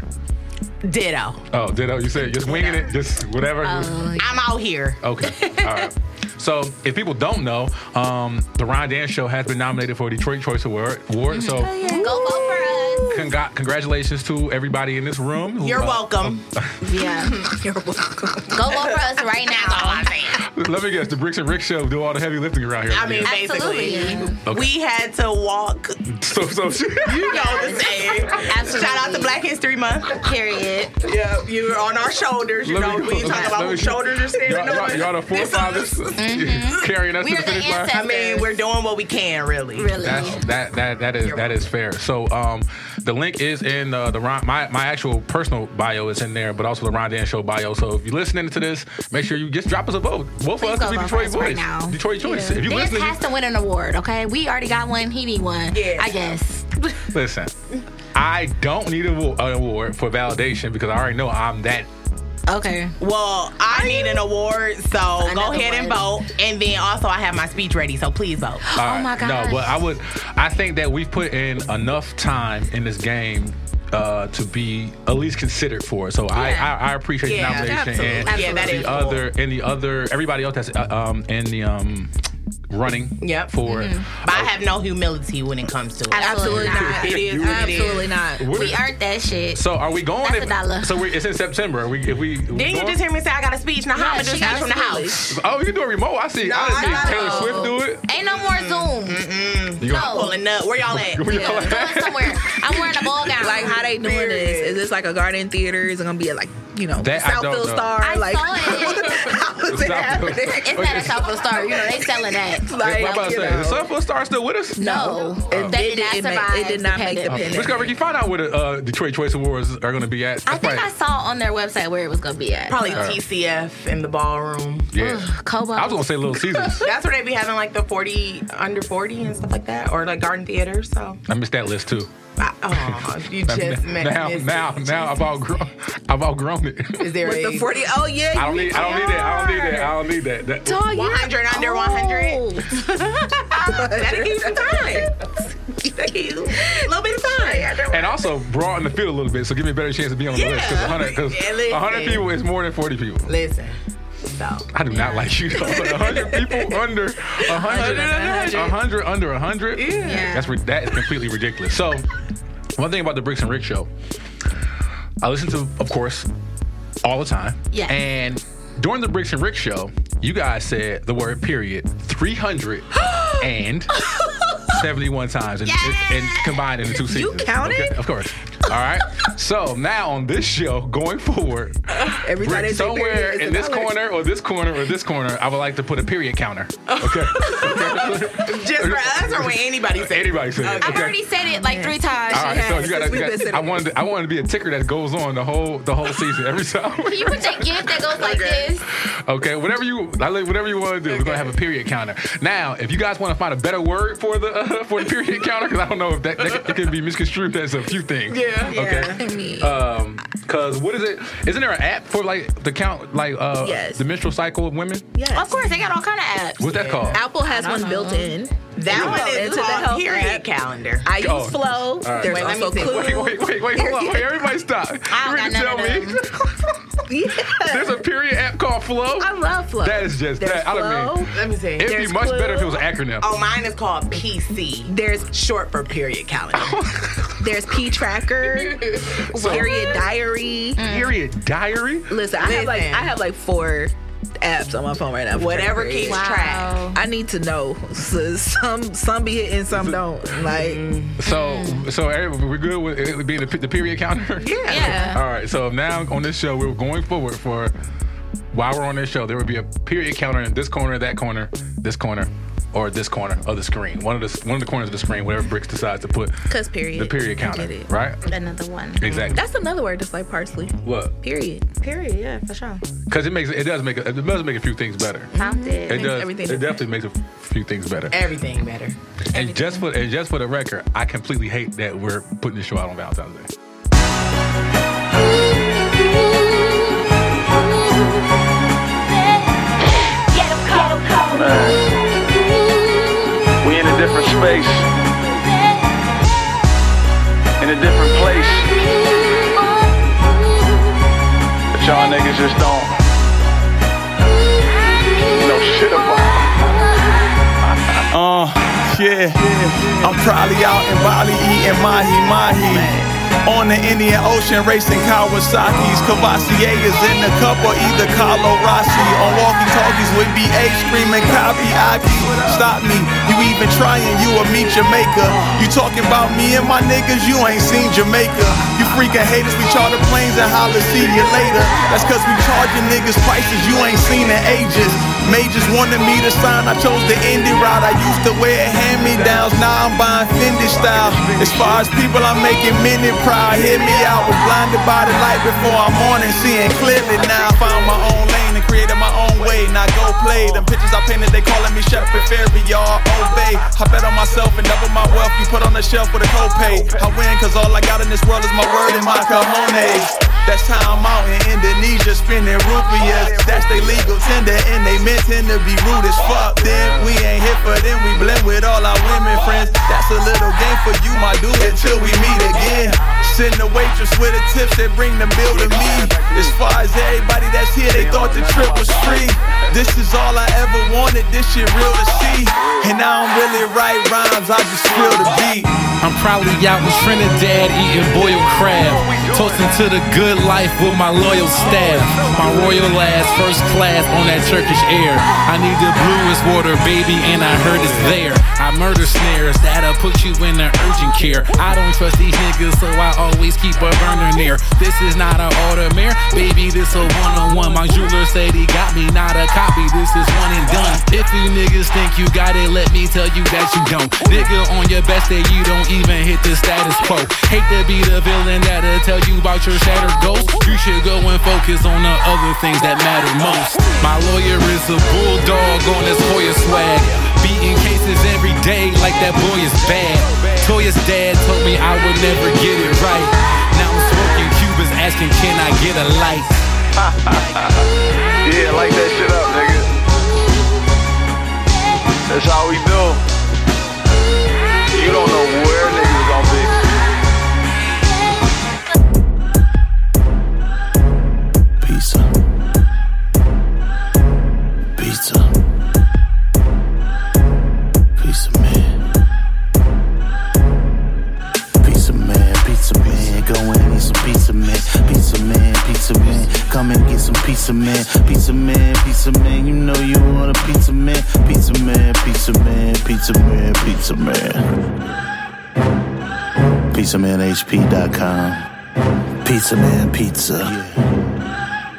Speaker 5: Ditto.
Speaker 2: Oh, did you said just winging it, just whatever.
Speaker 3: Oh,
Speaker 5: I'm out here.
Speaker 2: Okay. All right. So, if people don't know, um, the Ron Dan Show has been nominated for a Detroit Choice Award. Award. So,
Speaker 3: Go vote for
Speaker 2: congra- congratulations to everybody in this room. who,
Speaker 5: You're
Speaker 2: uh,
Speaker 5: welcome. *laughs*
Speaker 3: us. Yeah,
Speaker 4: You're welcome.
Speaker 3: *laughs* go vote for us right now.
Speaker 2: *laughs* Let me guess, the Bricks and Rick Show do all the heavy lifting around here.
Speaker 5: I mean,
Speaker 2: Yeah.
Speaker 5: basically,
Speaker 3: Absolutely.
Speaker 2: Okay.
Speaker 5: we had
Speaker 2: *laughs*
Speaker 5: to walk.
Speaker 2: so so.
Speaker 5: You know the saying.
Speaker 3: Absolutely.
Speaker 5: Shout out to Black History Month.
Speaker 3: Period.
Speaker 5: Yeah, you were on our shoulders. You
Speaker 2: Let
Speaker 5: know,
Speaker 2: me go.
Speaker 5: we talk
Speaker 2: Let
Speaker 5: about
Speaker 2: me-
Speaker 5: who shoulders are
Speaker 2: Y'all,
Speaker 5: standing
Speaker 2: y'all,
Speaker 5: on.
Speaker 2: y'all the
Speaker 5: *laughs*
Speaker 2: forefathers *laughs* carrying us
Speaker 3: Mm-hmm.
Speaker 2: to
Speaker 3: We are
Speaker 2: the
Speaker 3: the
Speaker 2: finish line.
Speaker 5: I mean, we're doing what we can, really.
Speaker 3: Really.
Speaker 2: That's that that that is that is fair. So um, the link is in uh, the Ron, my my actual personal bio is in there, but also the Ron Dan Show bio. So if you're listening to this, make sure you just drop us a vote. Vote for
Speaker 3: Please
Speaker 2: us to
Speaker 3: go
Speaker 2: be
Speaker 3: vote
Speaker 2: Detroit
Speaker 3: for us
Speaker 2: Voice,
Speaker 3: right now.
Speaker 2: Detroit Choice. If you
Speaker 3: This
Speaker 2: listening,
Speaker 3: has to win an award, okay? We already got one. He need one.
Speaker 5: Yeah.
Speaker 3: I guess.
Speaker 2: listen. I don't need a wo- an award for validation because I already know I'm that.
Speaker 3: Okay.
Speaker 5: Well, I need an award, so go
Speaker 3: Another
Speaker 5: ahead and vote.
Speaker 3: one.
Speaker 5: And then also, I have my speech ready, so please vote. *gasps*
Speaker 2: All
Speaker 3: Oh my
Speaker 2: right. No,
Speaker 3: gosh.
Speaker 2: but I would. I think that we've put in enough time in this game uh, to be at least considered for it. So
Speaker 3: Yeah.
Speaker 2: I, I I appreciate
Speaker 5: Yeah,
Speaker 2: the nomination and
Speaker 5: Yeah, that
Speaker 2: the
Speaker 5: is
Speaker 2: other and the other everybody else that's uh, um in the um running.
Speaker 5: Yep.
Speaker 2: For
Speaker 5: But I have no humility when it comes to it.
Speaker 3: Mm-hmm. Absolutely not.
Speaker 5: It is what it is.
Speaker 4: Absolutely not.
Speaker 2: What
Speaker 3: We
Speaker 2: is-
Speaker 3: earned that shit.
Speaker 2: So are we going?
Speaker 3: That's
Speaker 2: if-
Speaker 3: a dollar.
Speaker 2: So we, it's in September. Are we if we. we
Speaker 5: Then you
Speaker 2: going?
Speaker 5: just hear me say I got a speech. Now how
Speaker 3: Yeah,
Speaker 5: am I just
Speaker 3: she got
Speaker 5: speech
Speaker 3: a
Speaker 5: from the
Speaker 3: speech.
Speaker 5: house?
Speaker 2: Oh, you doing remote? I see. I
Speaker 5: No,
Speaker 2: see
Speaker 5: I
Speaker 2: Taylor
Speaker 5: know.
Speaker 2: Swift do
Speaker 5: *laughs*
Speaker 2: it.
Speaker 3: Ain't no more Zoom.
Speaker 2: You gonna-
Speaker 3: No.
Speaker 5: Pulling up. Where y'all at?
Speaker 2: we
Speaker 3: Yeah,
Speaker 2: gonna-
Speaker 3: I'm going somewhere. I'm wearing a ball gown.
Speaker 4: Like how they doing this? Is this like a garden theater? Is it gonna be at like you know
Speaker 2: That I don't
Speaker 4: Southfield
Speaker 2: know.
Speaker 4: Star?
Speaker 3: I
Speaker 4: like
Speaker 3: saw
Speaker 5: *laughs*
Speaker 3: it. *laughs*
Speaker 4: how is it
Speaker 2: Southfield.
Speaker 4: happening?
Speaker 3: It's not a South of Star. You know they
Speaker 4: *laughs*
Speaker 3: selling that.
Speaker 4: Like,
Speaker 2: I'm about to
Speaker 4: you
Speaker 2: say,
Speaker 4: know.
Speaker 2: is Sunflower Star still with us?
Speaker 3: No,
Speaker 4: It
Speaker 3: they
Speaker 4: did-
Speaker 3: did not
Speaker 4: it ma-
Speaker 3: survive.
Speaker 4: it did not
Speaker 3: the
Speaker 4: make the
Speaker 3: pandemic.
Speaker 4: pin.
Speaker 2: Let's go, Ricky. Find out where the uh, Detroit Choice Awards are going to be at.
Speaker 3: I
Speaker 2: That's
Speaker 3: think
Speaker 2: right.
Speaker 3: I saw on their website where it was gonna be at.
Speaker 5: Probably
Speaker 2: Alright.
Speaker 5: TCF in the ballroom.
Speaker 2: Yeah.
Speaker 3: Ugh, Kobo.
Speaker 2: I was gonna say Little Caesars.
Speaker 5: *laughs* That's where they be having like the 40 under 40 and stuff like that, or like garden theater. So,
Speaker 2: I missed that list too.
Speaker 5: I, oh, you just
Speaker 2: *laughs* now,
Speaker 5: met
Speaker 2: now,
Speaker 5: missed
Speaker 2: now,
Speaker 5: it.
Speaker 2: now, I've outgrown, I've outgrown it. *laughs*
Speaker 5: Is there
Speaker 4: With
Speaker 5: a
Speaker 4: the forty. Oh yeah.
Speaker 2: I don't need, I don't need that. I don't need that. I don't need that. that
Speaker 3: Oh, you're
Speaker 5: 100 under *laughs* 100?
Speaker 3: old.
Speaker 5: That'll give you some time. Thank you. A little bit of time.
Speaker 2: and also broaden the field a little bit, so give me a better chance to be on the
Speaker 5: Yeah.
Speaker 2: list. Because 100, cause
Speaker 5: Yeah, listen.
Speaker 2: 100 people is more than 40 people.
Speaker 5: Listen. So,
Speaker 2: I do not like
Speaker 5: *laughs*
Speaker 2: you. Though. 100 people under 100, 100 under 100.
Speaker 3: Yeah.
Speaker 2: That's ri- that is completely ridiculous. So, one thing about the Bricks and Rick show, I listen to, of course, all the time.
Speaker 3: Yes.
Speaker 2: And during the Bricks and Rick show, you guys said the word period
Speaker 4: *gasps*
Speaker 2: 300
Speaker 4: *laughs*
Speaker 2: and 71 times and, and, and combined in the two
Speaker 4: You
Speaker 2: seasons.
Speaker 4: counted?
Speaker 2: Okay, of course. All right. So now on this show, going forward,
Speaker 4: Every time
Speaker 2: Rick,
Speaker 4: they say
Speaker 2: somewhere
Speaker 4: period, it's
Speaker 2: in this
Speaker 4: another-
Speaker 2: corner or this corner or this corner, I would like to put a period
Speaker 4: *laughs*
Speaker 2: counter. Okay.
Speaker 5: just for us or when anybody says
Speaker 2: Anybody say it.
Speaker 3: I've
Speaker 2: Okay.
Speaker 3: already said it like three times.
Speaker 2: All right, so you gotta,
Speaker 4: since
Speaker 2: you
Speaker 4: we've been
Speaker 2: gotta,
Speaker 4: sitting
Speaker 2: I wanted, to, I wanted to be a ticker that goes on the whole, the whole season every time.
Speaker 3: Can you put your gift that goes like this?
Speaker 2: Okay, whatever you, I like- whatever you want to do, we're gonna have a period counter. Now, if you guys want to find a better word for the *laughs* uh, for the period counter, because I don't know if that, that could- it could be misconstrued as a few things.
Speaker 5: Yeah.
Speaker 2: Okay.
Speaker 4: I mean,
Speaker 2: Um, cause what is it? Isn't there an app for like the count, like uh,
Speaker 4: Yes.
Speaker 2: the menstrual cycle of women?
Speaker 4: yes.
Speaker 3: Of course, they got all kind of apps.
Speaker 2: What's that called?
Speaker 4: Apple has one built in.
Speaker 5: That
Speaker 4: Yeah.
Speaker 5: one is
Speaker 4: Into the
Speaker 5: called
Speaker 4: health
Speaker 5: period
Speaker 4: app.
Speaker 5: calendar.
Speaker 4: I use
Speaker 2: Oh.
Speaker 4: Flow.
Speaker 2: right.
Speaker 4: There's
Speaker 5: Wait, let me
Speaker 4: also
Speaker 5: see.
Speaker 4: Clue.
Speaker 2: Wait, wait, wait, wait, hold
Speaker 4: *laughs*
Speaker 2: on. Wait, everybody stop.
Speaker 3: I
Speaker 2: You
Speaker 3: don't
Speaker 2: mean
Speaker 3: got none
Speaker 2: to
Speaker 3: of
Speaker 2: tell Oh, me
Speaker 4: Yeah.
Speaker 2: there's a period app called Flow?
Speaker 4: I love Flow.
Speaker 2: That is just
Speaker 4: There's
Speaker 2: that. I don't
Speaker 4: Flow.
Speaker 2: mean.
Speaker 5: Let me see.
Speaker 2: It'd be
Speaker 4: There's
Speaker 2: much
Speaker 4: Clue.
Speaker 2: better if it was an acronym.
Speaker 5: oh, mine is called PC.
Speaker 4: There's
Speaker 5: Short
Speaker 2: *laughs*
Speaker 5: for period calendar.
Speaker 4: there's P Tracker.
Speaker 2: So-
Speaker 4: period diary.
Speaker 2: Period a diary.
Speaker 4: Listen, I have like
Speaker 5: Listen.
Speaker 4: I have like four apps on my phone right now. for
Speaker 5: Whatever
Speaker 4: tracking.
Speaker 5: keeps
Speaker 3: Wow.
Speaker 5: track.
Speaker 4: I need to know. So Some some be hitting, some don't. Like
Speaker 2: Mm. So, so Eric, we're good with it being the, the period counter. *laughs*
Speaker 4: yeah.
Speaker 3: Yeah.
Speaker 2: All right. So now on this show, we're going forward for while we're on this show, there would be a period counter in this corner, that corner, this corner, or this corner of the screen. One of the one of the corners of the screen, whatever Bricks decides to put.
Speaker 4: 'Cause period.
Speaker 2: The period
Speaker 4: I
Speaker 2: counter,
Speaker 4: get it.
Speaker 2: right?
Speaker 3: Another one.
Speaker 2: Exactly.
Speaker 4: That's another word just like parsley.
Speaker 2: what?
Speaker 4: Period.
Speaker 3: Period, yeah, for sure.
Speaker 2: Because it makes it does make a, it does make a few things better.
Speaker 3: Found it.
Speaker 2: It does.
Speaker 4: everything
Speaker 2: It
Speaker 4: better.
Speaker 2: definitely makes a few things better.
Speaker 5: Everything better.
Speaker 2: And just for and just for the record, I completely hate that we're putting this show out on Valentine's Day.
Speaker 6: We in a different space, in a different place. But y'all niggas just don't know shit about.
Speaker 7: *laughs* Uh, yeah. I'm probably out in Bali eating mahi mahi. On the Indian Ocean racing Kawasaki's. Cavassier is in the cup or either Carlo Rossi. On walkie talkies with BA screaming copy Aki. Stop me. You even trying, you will meet Jamaica. You talking about me and my niggas, you ain't seen Jamaica. You freaking haters, we charter planes and holla, see you later. That's cause we charging niggas prices you ain't seen in ages. Majors wanted me to sign, I chose the indie route. I used to wear hand-me-downs, now I'm buying Fendi style. As far as people, I'm making minute proud. Hit me out, was blinded by the light before I'm on and seeing clearly now. Found my own lane and created my own way. Now go play them pictures I painted. They calling me Shepard Fairy, y'all obey. I bet on myself and double my wealth. You put on the shelf with a copay. I win cause all I got in this world is my word and my cojones. That's how I'm out in Indonesia spending rupiahs. That's they legal tender and they meant tend to be rude as fuck. Then we ain't here for them. We blend with all our women friends. That's a little game for you, my dude. Until we meet again. Send the waitress with the tips that bring the bill to me. As far as everybody that's here, they thought the trip was free. This is all I ever wanted. This shit real to see. And I don't really write rhymes. I just feel the beat.
Speaker 8: I'm probably out in Trinidad eating boiled crab. Toasting to the good life with my loyal staff. My royal ass first class on that Turkish air. I need the bluest water, baby, and I heard it's there. I murder snares, that'll put you in an urgent care. I don't trust these niggas, so I always keep a burner near. This is not an order, mare, baby, this a one-on-one. My jeweler said he got me, not a copy. This is one and done. If you niggas think you got it, let me tell you that you don't. Nigga, on your best day, you don't even hit the status quo. Hate to be the villain that'll tell you about your shattered goals. You should go and focus on the other things that matter most. My lawyer is a bulldog on this Hoya swag. Beating cases every day like that boy is bad. Toya's dad told me I would never get it right. Now I'm smoking Cubans asking, can I get a light? *laughs*
Speaker 6: Yeah, light that shit up, nigga. That's how we do. You don't know where niggas gonna be.
Speaker 7: Pizza. Pizza. Pizza man. Pizza man, pizza man. Go and eat some pizza man. Pizza man, pizza man. Come and get some pizza man. Pizza man, pizza man. You know you want a pizza man. Pizza man, pizza man, pizza man, pizza man. PizzamanHP.com. Pizza man pizza.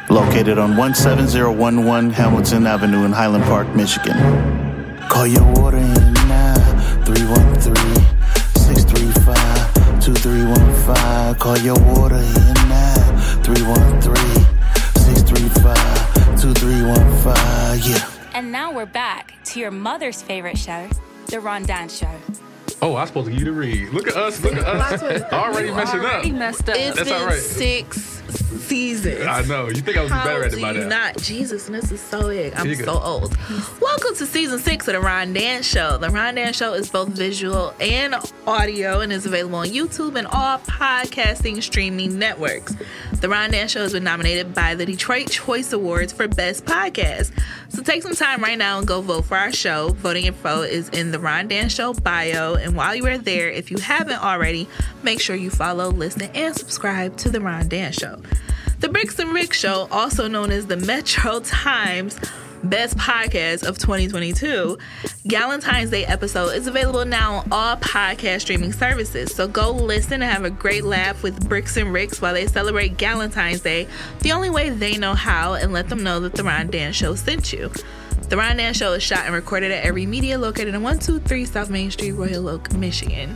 Speaker 7: Located on 17011 Hamilton Avenue in Highland Park, Michigan. Call your order in now 313 635 2315. Call your order in now 313 635 2315. Yeah.
Speaker 1: And now we're back to your mother's favorite show, The Rondon Show.
Speaker 2: Oh, I was supposed to give you the read. Look at us. Look at us. *laughs* already messing
Speaker 9: Already
Speaker 2: up.
Speaker 9: messed up.
Speaker 4: It's
Speaker 2: That's
Speaker 4: been
Speaker 2: all right.
Speaker 4: six seasons.
Speaker 2: I know. You think I was
Speaker 4: How
Speaker 2: better at
Speaker 4: do
Speaker 2: it by
Speaker 4: you
Speaker 2: now?
Speaker 4: not? Jesus, and this is so big. I'm
Speaker 2: You good.
Speaker 4: so old. Welcome to season six of the Ron Dan Show. The Ron Dan Show is both visual and audio and is available on YouTube and all podcasting streaming networks. The Ron Dan Show has been nominated by the Detroit Choice Awards for Best Podcast. So take some time right now and go vote for our show. Voting info is in the Ron Dan Show bio. And while you are there, if you haven't already, make sure you follow, listen, and subscribe to the Ron Dan Show. The Bricks and Rick Show, also known as the Metro Times Best Podcast of 2022, Galentine's Day episode is available now on all podcast streaming services. So go listen and have a great laugh with Bricks and Ricks while they celebrate Galentine's Day the only way they know how and let them know that the Ron Dan Show sent you. The Ron Dan Show is shot and recorded at Every Media located in 123 South Main Street, Royal Oak, Michigan.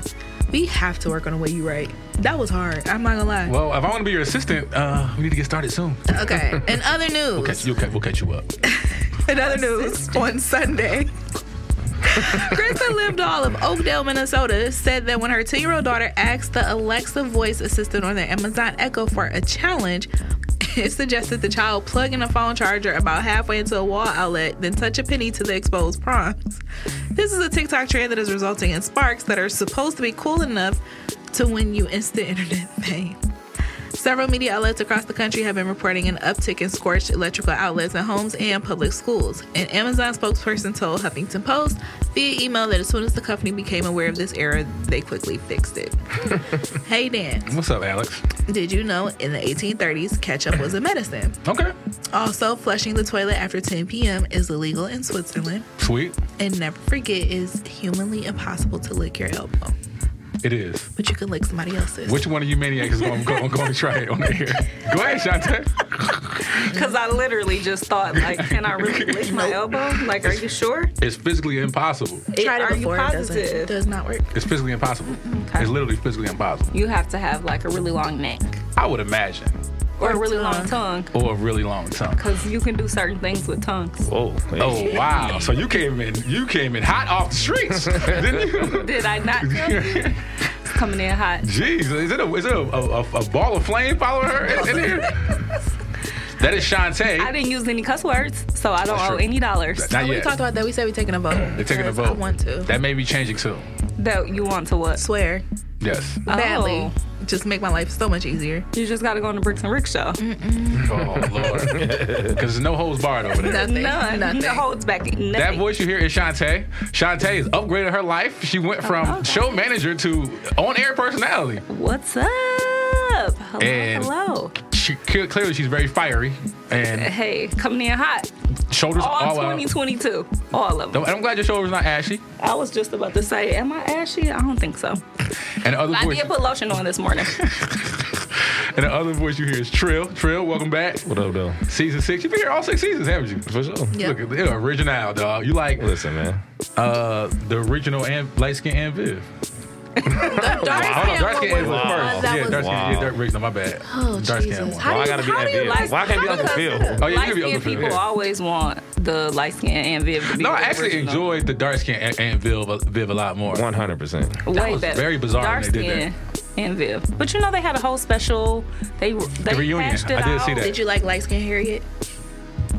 Speaker 4: We have to work on the way you write. That was hard. I'm not gonna lie.
Speaker 2: Well, if I want to be your assistant, uh, we need to get started soon.
Speaker 4: Okay. In
Speaker 2: *laughs*
Speaker 4: other news,
Speaker 2: Catch, you'll, ca- we'll catch you up.
Speaker 4: in other news, on *laughs* Sunday, Krista Livdahl of Oakdale, Minnesota, said that when her two-year-old daughter asked the Alexa voice assistant on the Amazon Echo for a challenge, it suggested the child plug in a phone charger about halfway into a wall outlet, then touch a penny to the exposed prongs. This is a TikTok trend that is resulting in sparks that are supposed to be cool enough to win you instant internet fame. Several media outlets across the country have been reporting an uptick in scorched electrical outlets in homes and public schools. An Amazon spokesperson told Huffington Post via email that as soon as the company became aware of this error, they quickly
Speaker 2: *laughs*
Speaker 4: fixed it. hey Dan,
Speaker 2: What's up, Alex?
Speaker 4: did you know in the 1830s ketchup was a medicine?
Speaker 2: Okay.
Speaker 4: Also, flushing the toilet after 10 p.m. is illegal in Switzerland.
Speaker 2: Sweet.
Speaker 4: And never forget, it's humanly impossible to lick your elbow,
Speaker 2: It is.
Speaker 4: but you can lick somebody else's.
Speaker 2: Which one of you maniacs is going, going, going to try it on
Speaker 4: *laughs*
Speaker 2: the air? Go ahead, Shante.
Speaker 9: Because I literally just thought, like, can I really lick my elbow? Like, are you sure?
Speaker 2: It's physically impossible.
Speaker 4: It-
Speaker 9: Tried it
Speaker 4: are you
Speaker 9: before, it doesn't-
Speaker 4: positive? It does not work.
Speaker 2: It's physically impossible. It's literally physically impossible.
Speaker 9: You have to have, like, a really long neck
Speaker 2: I would imagine.
Speaker 9: or a really long tongue
Speaker 2: Or a really long tongue.
Speaker 9: because you can do certain things with tongues.
Speaker 10: Whoa.
Speaker 2: Oh wow! So you came in, you came in hot off the
Speaker 4: *laughs*
Speaker 2: streets, didn't you?
Speaker 9: Did I not tell you? It's coming in hot.
Speaker 2: Jeez, is it a is it a, a, a- a ball of flame following her in, in here? That is Shantae.
Speaker 9: I didn't use any cuss words, so I don't
Speaker 2: That's
Speaker 9: owe
Speaker 2: true.
Speaker 9: any dollars
Speaker 2: Not
Speaker 4: We
Speaker 2: yet.
Speaker 4: talked about that. We said we're taking a vote.
Speaker 2: They're taking a
Speaker 4: Because
Speaker 2: vote.
Speaker 4: I want to.
Speaker 2: That may be changing soon.
Speaker 9: that you want to what?
Speaker 4: swear
Speaker 2: Yes.
Speaker 9: Oh,
Speaker 4: badly. Just make my life so much easier.
Speaker 9: you just gotta go on the Bricks and Rick show.
Speaker 2: Oh lord, because there's no holds barred over there.
Speaker 4: Nothing.
Speaker 9: None,
Speaker 4: Nothing.
Speaker 9: nothing holds back. Nothing.
Speaker 2: That voice you hear is Shantae. Shantae has upgraded her life. She went from show manager to on-air personality.
Speaker 9: Oh, What's up? Hello,
Speaker 2: And-
Speaker 9: hello.
Speaker 2: She clear- clearly she's very fiery
Speaker 9: *laughs*
Speaker 2: and
Speaker 9: Hey, coming in hot.
Speaker 2: shoulders
Speaker 9: All
Speaker 2: all, out.
Speaker 9: 2022. All of them.
Speaker 2: I'm glad your shoulders not ashy.
Speaker 9: I was just about to say, am I ashy? I don't think so.
Speaker 2: And the other
Speaker 9: I
Speaker 2: voice,
Speaker 9: did put lotion on
Speaker 2: *laughs*
Speaker 9: this morning.
Speaker 2: and the other voice you hear is Trill. Trill, welcome back.
Speaker 10: What up, though?
Speaker 2: Season six. You've been here all six seasons, haven't you?
Speaker 10: For sure.
Speaker 4: Yeah.
Speaker 2: Look at the original, dog. You like
Speaker 10: Listen, man.
Speaker 2: uh, the original and light skin and Viv.
Speaker 4: Dark skin
Speaker 2: dark skin and
Speaker 4: one
Speaker 2: Viv
Speaker 4: was-
Speaker 10: Wow.
Speaker 2: first.
Speaker 4: that
Speaker 2: yeah,
Speaker 4: was-
Speaker 2: dark skin. Yeah,
Speaker 10: Wow.
Speaker 2: dark original. My bad.
Speaker 4: Oh,
Speaker 2: dark skin
Speaker 4: Jesus.
Speaker 2: one.
Speaker 4: How
Speaker 10: Why
Speaker 4: do
Speaker 10: I
Speaker 4: you-
Speaker 10: gotta be
Speaker 4: how do you
Speaker 10: Aunt
Speaker 4: like-
Speaker 10: Viv? Why I can't be
Speaker 4: how
Speaker 10: Uncle
Speaker 4: do you
Speaker 10: Phil?
Speaker 4: cuss it up?
Speaker 2: Oh yeah, you
Speaker 9: light
Speaker 2: can be
Speaker 9: skinned
Speaker 2: Uncle Phil.
Speaker 9: people
Speaker 2: yeah.
Speaker 9: always want the light skin and Viv to be
Speaker 2: No,
Speaker 9: the
Speaker 2: I actually
Speaker 9: original.
Speaker 2: enjoyed the dark skin and, and Viv, Viv a lot more.
Speaker 10: One hundred percent.
Speaker 9: Way
Speaker 2: was
Speaker 9: better.
Speaker 2: very bizarre when
Speaker 9: Dark
Speaker 2: they did
Speaker 9: skin and Viv. But you know they had a whole special. They they
Speaker 2: The reunion.
Speaker 9: hashed It
Speaker 2: I did
Speaker 9: out.
Speaker 2: see that.
Speaker 4: Did you like light skin Harriet?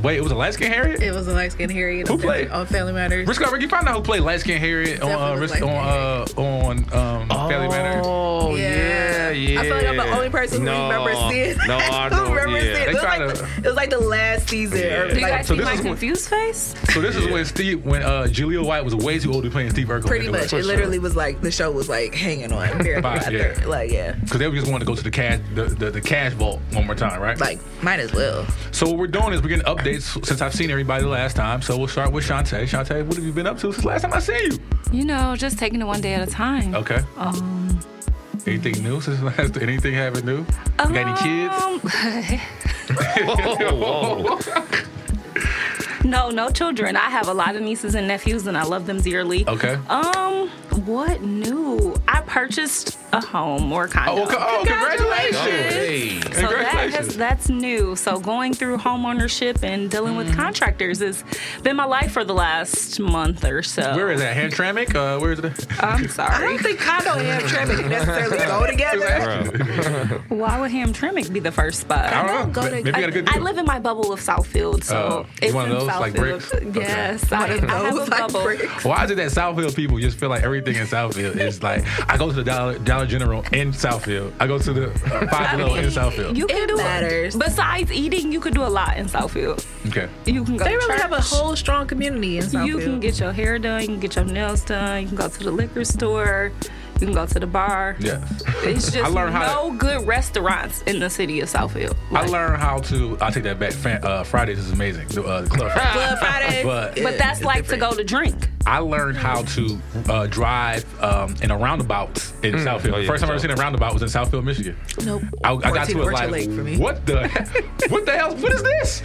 Speaker 2: Wait, it was a light skin Harriet.
Speaker 4: It was a light skin Harriet.
Speaker 2: Who
Speaker 4: on Family-
Speaker 2: played?
Speaker 4: on Family Matters?
Speaker 2: Rick Scott, Rick, you found out who played light skin Harriet on
Speaker 4: Definitely
Speaker 2: uh,
Speaker 4: was
Speaker 2: Rick,
Speaker 4: light
Speaker 2: on
Speaker 4: skin
Speaker 2: uh, on um, Family Matters.
Speaker 10: Oh yeah. yeah,
Speaker 4: I feel like I'm the only person who
Speaker 10: no,
Speaker 4: remembers seeing.
Speaker 10: No, I
Speaker 4: *laughs* who
Speaker 10: don't.
Speaker 4: remembers seeing.
Speaker 10: yeah.
Speaker 2: They
Speaker 4: It was, like
Speaker 2: tried
Speaker 4: the,
Speaker 2: to-
Speaker 4: it was like the last season. Or
Speaker 10: Yeah.
Speaker 9: Do you
Speaker 4: like,
Speaker 9: guys
Speaker 2: So
Speaker 9: see
Speaker 2: this
Speaker 9: my
Speaker 2: is what-
Speaker 9: confused face?
Speaker 2: So this is when Steve, when uh, Julia White was way too old to be playing Steve Urkel.
Speaker 4: pretty much. It literally was like the show was like hanging on.
Speaker 2: *laughs*
Speaker 4: barely
Speaker 2: Bye,
Speaker 4: got
Speaker 2: yeah.
Speaker 4: there. Like yeah.
Speaker 2: because they just wanted to go to the cash, the, the, the cash vault one more time, right?
Speaker 4: Like might as well.
Speaker 2: So what we're doing is we're getting updates since I've seen everybody the last time. So we'll start with Shantae. Shantae, what have you been up to since last time I seen you?
Speaker 9: You know, just taking it one day at a time.
Speaker 2: Okay. Um. Anything new since *laughs* last? Anything happened new? You got
Speaker 9: Um,
Speaker 2: any
Speaker 9: *laughs*
Speaker 2: kids? *laughs*
Speaker 9: kids?
Speaker 10: Whoa, whoa.
Speaker 9: no, no children. I have a lot of nieces and nephews, and I love them dearly.
Speaker 2: Okay.
Speaker 9: Um, what new? I purchased a home or a condo.
Speaker 2: Oh, co- oh, congratulations! Oh,
Speaker 10: Hey.
Speaker 9: So that has,
Speaker 2: Congratulations.
Speaker 9: that's new. So going through home ownership and dealing
Speaker 2: Mm.
Speaker 9: with contractors has been my life for the last month or so.
Speaker 2: Where is that? Hamtramck? Uh, where is it?
Speaker 9: I'm
Speaker 4: I
Speaker 9: sorry.
Speaker 4: don't think condo and Hamtramck necessarily go together.
Speaker 9: *laughs* Why would Hamtramck be the first spot?
Speaker 2: I don't know.
Speaker 4: go
Speaker 2: but
Speaker 4: to-
Speaker 2: Maybe you got a good deal.
Speaker 9: I live in my bubble of Southfield, so
Speaker 2: Oh,
Speaker 9: it's
Speaker 2: one of
Speaker 9: in
Speaker 2: those,
Speaker 9: Southfield.
Speaker 2: like, bricks? Okay.
Speaker 9: Yes, I, I have a
Speaker 4: Those, like,
Speaker 9: bubble.
Speaker 2: *laughs*
Speaker 4: bricks.
Speaker 2: Why is it that Southfield people just feel like everything in Southfield is like I go to the Dollar, Dollar General in Southfield, I go to the uh, Five Below in Southfield.
Speaker 9: You can
Speaker 4: It
Speaker 9: do
Speaker 4: matters.
Speaker 9: Besides eating, you could do a lot in Southfield.
Speaker 2: okay,
Speaker 9: You can go.
Speaker 4: They
Speaker 9: to
Speaker 4: really have a
Speaker 9: church.
Speaker 4: whole strong community in Southfield.
Speaker 9: You can get your hair done. You can get your nails done. You can go to the liquor store. You can go to the bar.
Speaker 2: Yes.
Speaker 9: It's just
Speaker 2: *laughs* I learned
Speaker 9: no
Speaker 2: how
Speaker 9: good restaurants in the city of Southfield.
Speaker 2: I learned how to. I take that back. Fan, uh, Fridays is amazing. The, uh, the club.
Speaker 9: Club Fridays.
Speaker 2: *laughs* But,
Speaker 9: But that's like to go to drink.
Speaker 2: I learned how to uh, drive um, in a roundabout in
Speaker 10: Mm.
Speaker 2: Southfield.
Speaker 10: Oh, yeah,
Speaker 2: First time I ever
Speaker 10: so-
Speaker 2: seen a roundabout was in Southfield, Michigan.
Speaker 4: Nope.
Speaker 2: I, I got to
Speaker 5: Orchard-
Speaker 2: it
Speaker 5: Orchard
Speaker 2: like,
Speaker 5: Lake for me.
Speaker 2: what the, what the hell, what is this?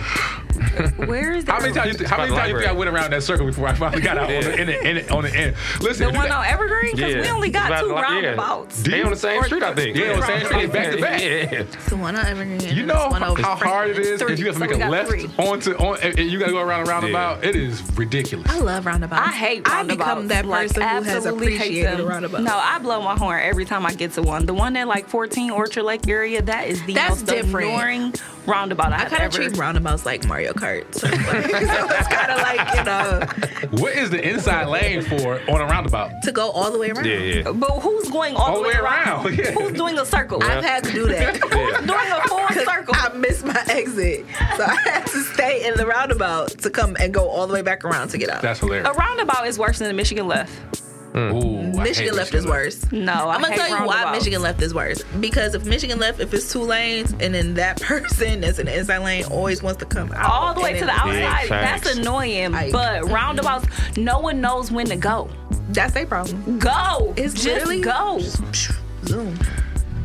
Speaker 9: *laughs* Where is that?
Speaker 2: How many times you think? How
Speaker 10: By
Speaker 2: many
Speaker 10: the
Speaker 2: times you think I
Speaker 10: library.
Speaker 2: went around that circle before I finally got out on
Speaker 10: Yeah.
Speaker 2: the, in the, in the, on the end? Listen,
Speaker 9: The
Speaker 2: if
Speaker 9: one
Speaker 2: that-
Speaker 9: on Evergreen? Because we only got
Speaker 10: About
Speaker 9: two
Speaker 10: like- yeah.
Speaker 9: roundabouts.
Speaker 10: They on the same
Speaker 9: Or-
Speaker 10: street, I think.
Speaker 2: Yeah, on the same street, back to back.
Speaker 10: Yeah.
Speaker 4: It's the one on Evergreen.
Speaker 2: you
Speaker 4: and it's
Speaker 2: know
Speaker 4: one
Speaker 2: how,
Speaker 4: over
Speaker 2: how
Speaker 4: Franklin.
Speaker 2: hard it is
Speaker 9: Three,
Speaker 2: if you have to
Speaker 9: so
Speaker 2: make
Speaker 9: we
Speaker 2: a
Speaker 9: got
Speaker 2: left
Speaker 9: three.
Speaker 2: onto on, and and you got to go around a roundabout.
Speaker 10: Yeah.
Speaker 2: It is ridiculous.
Speaker 4: I love roundabouts.
Speaker 9: I hate
Speaker 4: I
Speaker 9: roundabouts.
Speaker 4: become that
Speaker 9: Like,
Speaker 4: person who has
Speaker 9: absolutely hate
Speaker 4: appreciated a
Speaker 9: them.
Speaker 4: roundabout.
Speaker 9: No, I blow my horn every time I get to one. The one at like 14 Orchard Lake area, that is the
Speaker 4: That's
Speaker 9: most
Speaker 4: different.
Speaker 9: annoying roundabout
Speaker 4: I
Speaker 9: I've
Speaker 4: kind of
Speaker 9: ever.
Speaker 4: treat roundabouts like Mario Kart.
Speaker 9: *laughs*
Speaker 4: So, like, so it's kind of like, you
Speaker 2: *laughs*
Speaker 4: know,
Speaker 2: What is the inside lane for on a roundabout?
Speaker 4: to go all the way around.
Speaker 10: Yeah, yeah.
Speaker 9: but who's going all, the way around?
Speaker 2: *laughs* yeah.
Speaker 9: *laughs* Who's doing a circle?
Speaker 4: I've had to do that.
Speaker 10: Yeah.
Speaker 9: doing a full
Speaker 4: *laughs* 'Cause
Speaker 9: circle.
Speaker 4: I missed my exit. So I had to stay in the roundabout to come and go all the way back around to get out.
Speaker 2: That's
Speaker 9: A
Speaker 2: hilarious.
Speaker 9: roundabout is worse than the Michigan left.
Speaker 10: Mm.
Speaker 2: Ooh, I hate
Speaker 4: Michigan left is
Speaker 2: Michigan
Speaker 4: worse.
Speaker 9: No, I
Speaker 4: I'm gonna
Speaker 9: hate
Speaker 4: tell you why
Speaker 9: roundabouts.
Speaker 4: Michigan left is worse. Because if Michigan left, if it's two lanes, and then that *laughs* person that's in the inside lane always wants to come out
Speaker 9: all the way
Speaker 4: and
Speaker 9: to the
Speaker 4: then-
Speaker 9: outside.
Speaker 10: facts.
Speaker 9: That's annoying.
Speaker 4: Like-
Speaker 9: but
Speaker 2: *laughs*
Speaker 9: roundabouts, no one knows when to go.
Speaker 4: That's their problem.
Speaker 9: Go.
Speaker 4: It's
Speaker 9: just
Speaker 4: literally-
Speaker 9: go.
Speaker 4: Zoom.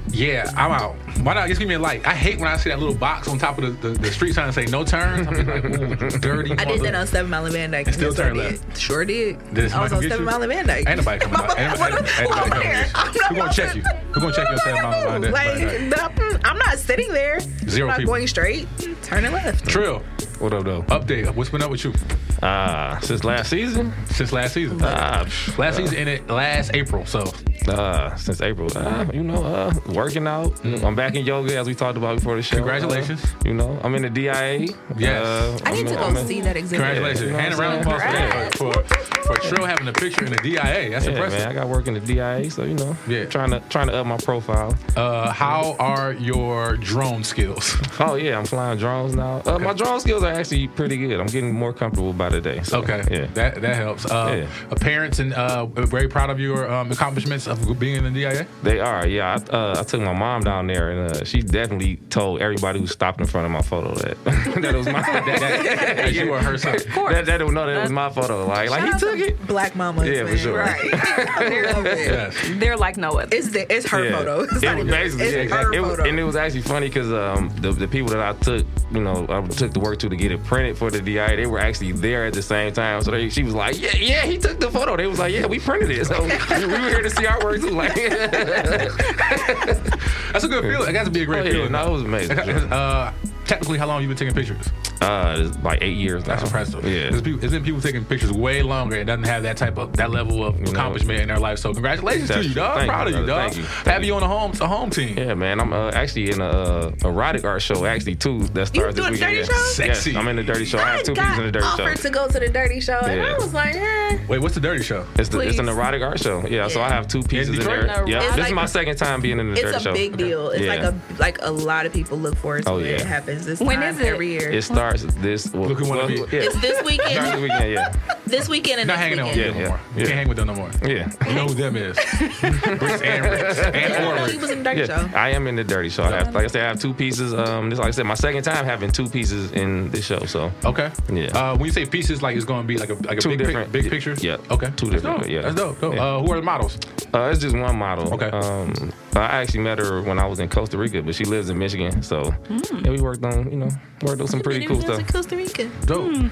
Speaker 2: Yeah, I'm out. Why not just give me a light? I hate when I see that little box on top of the, the, the street sign and say no turns. I'm just like,
Speaker 10: *laughs*
Speaker 2: ooh, dirty.
Speaker 4: I did that on Seven Mile and Van Dyke.
Speaker 2: still
Speaker 4: Yes, I
Speaker 2: turn
Speaker 4: did.
Speaker 2: left.
Speaker 4: Sure did.
Speaker 2: Did
Speaker 4: I
Speaker 2: somebody
Speaker 4: was
Speaker 2: come
Speaker 4: on
Speaker 2: get
Speaker 4: Seven
Speaker 2: you?
Speaker 4: Mile and Van Dyke.
Speaker 2: Ain't nobody coming by. Ain't
Speaker 4: *laughs*
Speaker 2: nobody, ain't nobody coming
Speaker 4: there.
Speaker 2: by. We're gonna check you. We're gonna check your seven miles by
Speaker 4: Like,
Speaker 2: that.
Speaker 4: the- I'm not sitting there.
Speaker 2: Zero
Speaker 4: I'm not
Speaker 2: people.
Speaker 4: going straight. Turning left.
Speaker 2: Trill,
Speaker 10: What up, though?
Speaker 2: update. What's been up with you
Speaker 10: Ah, since last season?
Speaker 2: since last season?
Speaker 10: Ah, psh,
Speaker 2: last
Speaker 10: uh,
Speaker 2: season ended last April, so
Speaker 10: Uh, since April, uh, you know, uh, working out. I'm back in yoga as we talked about before the show.
Speaker 2: Mm. Congratulations.
Speaker 10: Uh, you know, I'm in the DIA.
Speaker 2: Yes.
Speaker 10: Uh,
Speaker 4: I need
Speaker 10: I'm
Speaker 4: to
Speaker 10: in-
Speaker 4: go
Speaker 10: I'm in-
Speaker 4: see that exhibit.
Speaker 2: congratulations.
Speaker 10: you know
Speaker 2: Hand
Speaker 10: what
Speaker 2: around
Speaker 10: I'm
Speaker 2: applause for, for for Trill having a picture in the DIA. That's
Speaker 10: Yeah,
Speaker 2: impressive.
Speaker 10: man, I got work in the DIA, so you know,
Speaker 2: Yeah.
Speaker 10: trying to trying to up my profile.
Speaker 2: Uh, how are your drone skills?
Speaker 10: *laughs* Oh yeah, I'm flying drones now. Uh, my drone skills are actually pretty good. I'm getting more comfortable by the day. So,
Speaker 2: Okay,
Speaker 10: Yeah.
Speaker 2: that that helps. Uh,
Speaker 10: Yeah.
Speaker 2: uh, Parents and uh, very proud of your um, accomplishments of being in the DIA.
Speaker 10: They are, yeah. I, uh, I took my mom down there, and uh, she definitely told everybody who stopped in front of my photo that *laughs* that was my that,
Speaker 2: *laughs* That, that you are her son.
Speaker 10: that, that, no, that was my photo. Like, like he
Speaker 4: Shout out
Speaker 10: took
Speaker 4: to
Speaker 10: it.
Speaker 4: Black mama.
Speaker 10: Yeah, for
Speaker 4: man.
Speaker 10: sure.
Speaker 4: Right.
Speaker 10: *laughs*
Speaker 4: I love it.
Speaker 2: Yes.
Speaker 9: They're like no other.
Speaker 4: It's the, it's her
Speaker 10: Yeah.
Speaker 4: photo. It's
Speaker 10: It
Speaker 4: not
Speaker 10: was
Speaker 4: even-
Speaker 10: basically
Speaker 4: it's
Speaker 10: yeah,
Speaker 4: her
Speaker 10: exactly. It was-
Speaker 4: photo.
Speaker 10: and it was actually funny because um, the, the people that I took, you know, I took the work to to get it printed for the DI, they were actually there at the same time. So they, she was like, "Yeah, yeah, he took the photo." They was like, "Yeah, we printed it." So *laughs* we, we were here to see our work too. Like, *laughs*
Speaker 2: That's a good feeling. That got to be a
Speaker 10: oh,
Speaker 2: great
Speaker 10: yeah,
Speaker 2: feeling.
Speaker 10: no, it was amazing.
Speaker 2: *laughs* Uh, technically, how long you been taking pictures?
Speaker 10: Uh, it's like eight years. Now.
Speaker 2: That's impressive.
Speaker 10: Yeah.
Speaker 2: There's people- isn't people taking pictures way longer and doesn't have that type of that level of
Speaker 10: know,
Speaker 2: accomplishment in their life? So congratulations to
Speaker 10: that's-
Speaker 2: you, dog.
Speaker 10: thank
Speaker 2: Proud
Speaker 10: you,
Speaker 2: of you,
Speaker 10: brother.
Speaker 2: dog.
Speaker 10: Thank you. Thank
Speaker 2: Have
Speaker 10: you.
Speaker 2: you on a home a home team.
Speaker 10: Yeah, man. I'm uh, actually in a uh, erotic art show actually too that starts this
Speaker 4: doing
Speaker 10: weekend.
Speaker 4: dirty
Speaker 10: yeah.
Speaker 4: shows?
Speaker 10: Yes,
Speaker 2: Sexy.
Speaker 10: I'm in the dirty show. I, have two pieces
Speaker 4: got
Speaker 10: in the dirty
Speaker 4: offered
Speaker 10: show.
Speaker 4: to go to the dirty show, and
Speaker 10: Yeah.
Speaker 4: I was like, eh.
Speaker 2: Wait, what's the dirty show?
Speaker 10: It's, the, it's an
Speaker 4: Please.
Speaker 10: erotic art show. Yeah, so I have two pieces in,
Speaker 2: Detroit?
Speaker 10: there. Yeah,
Speaker 4: It's
Speaker 10: this is
Speaker 4: like-
Speaker 10: my second time being in the dirty
Speaker 4: It's
Speaker 10: show.
Speaker 4: a big deal. It's
Speaker 10: Yeah.
Speaker 4: like a like a lot of people look forward to
Speaker 10: Oh,
Speaker 4: it.
Speaker 10: yeah.
Speaker 4: It happens this
Speaker 9: When
Speaker 4: time
Speaker 9: is it?
Speaker 4: every year.
Speaker 10: It starts this. Well,
Speaker 2: Look who wanna
Speaker 10: well,
Speaker 2: be.
Speaker 10: Yeah.
Speaker 4: It's this
Speaker 10: Starts this
Speaker 4: weekend,
Speaker 10: weekend. Yeah,
Speaker 4: *laughs* this weekend, and
Speaker 2: Not *laughs*
Speaker 4: next
Speaker 2: hanging out with
Speaker 4: weekend.
Speaker 2: them no
Speaker 10: Yeah, yeah,
Speaker 2: more. You
Speaker 10: yeah.
Speaker 2: can't hang with them no more.
Speaker 10: yeah.
Speaker 2: You know who them is. Bricks
Speaker 10: *laughs*
Speaker 2: and Ricks
Speaker 4: I didn't
Speaker 2: and
Speaker 4: know
Speaker 2: or
Speaker 4: he
Speaker 2: Ricks.
Speaker 4: was in the dirty
Speaker 10: Yeah,
Speaker 4: show.
Speaker 10: I am in the dirty show. I have, like I said, I have two pieces. Um, this like I said, my second time having two pieces in this show. So
Speaker 2: Okay.
Speaker 10: Yeah.
Speaker 2: Uh, when you say pieces, like it's going to be like a like a
Speaker 10: Two
Speaker 2: big, pic-
Speaker 10: different-
Speaker 2: big
Speaker 10: yeah,
Speaker 2: picture.
Speaker 10: yeah,
Speaker 2: Okay.
Speaker 10: two
Speaker 2: That's
Speaker 10: different,
Speaker 2: dope.
Speaker 10: yeah.
Speaker 2: That's dope. dope.
Speaker 10: Yeah.
Speaker 2: Uh, who are the models?
Speaker 10: uh, it's just one model.
Speaker 2: Okay.
Speaker 10: Um, I actually met her when I was in Costa Rica, but she lives in Michigan. So yeah, we worked on you know worked on some pretty cool stuff.
Speaker 4: in Costa Rica.
Speaker 2: Dope.
Speaker 9: Hmm.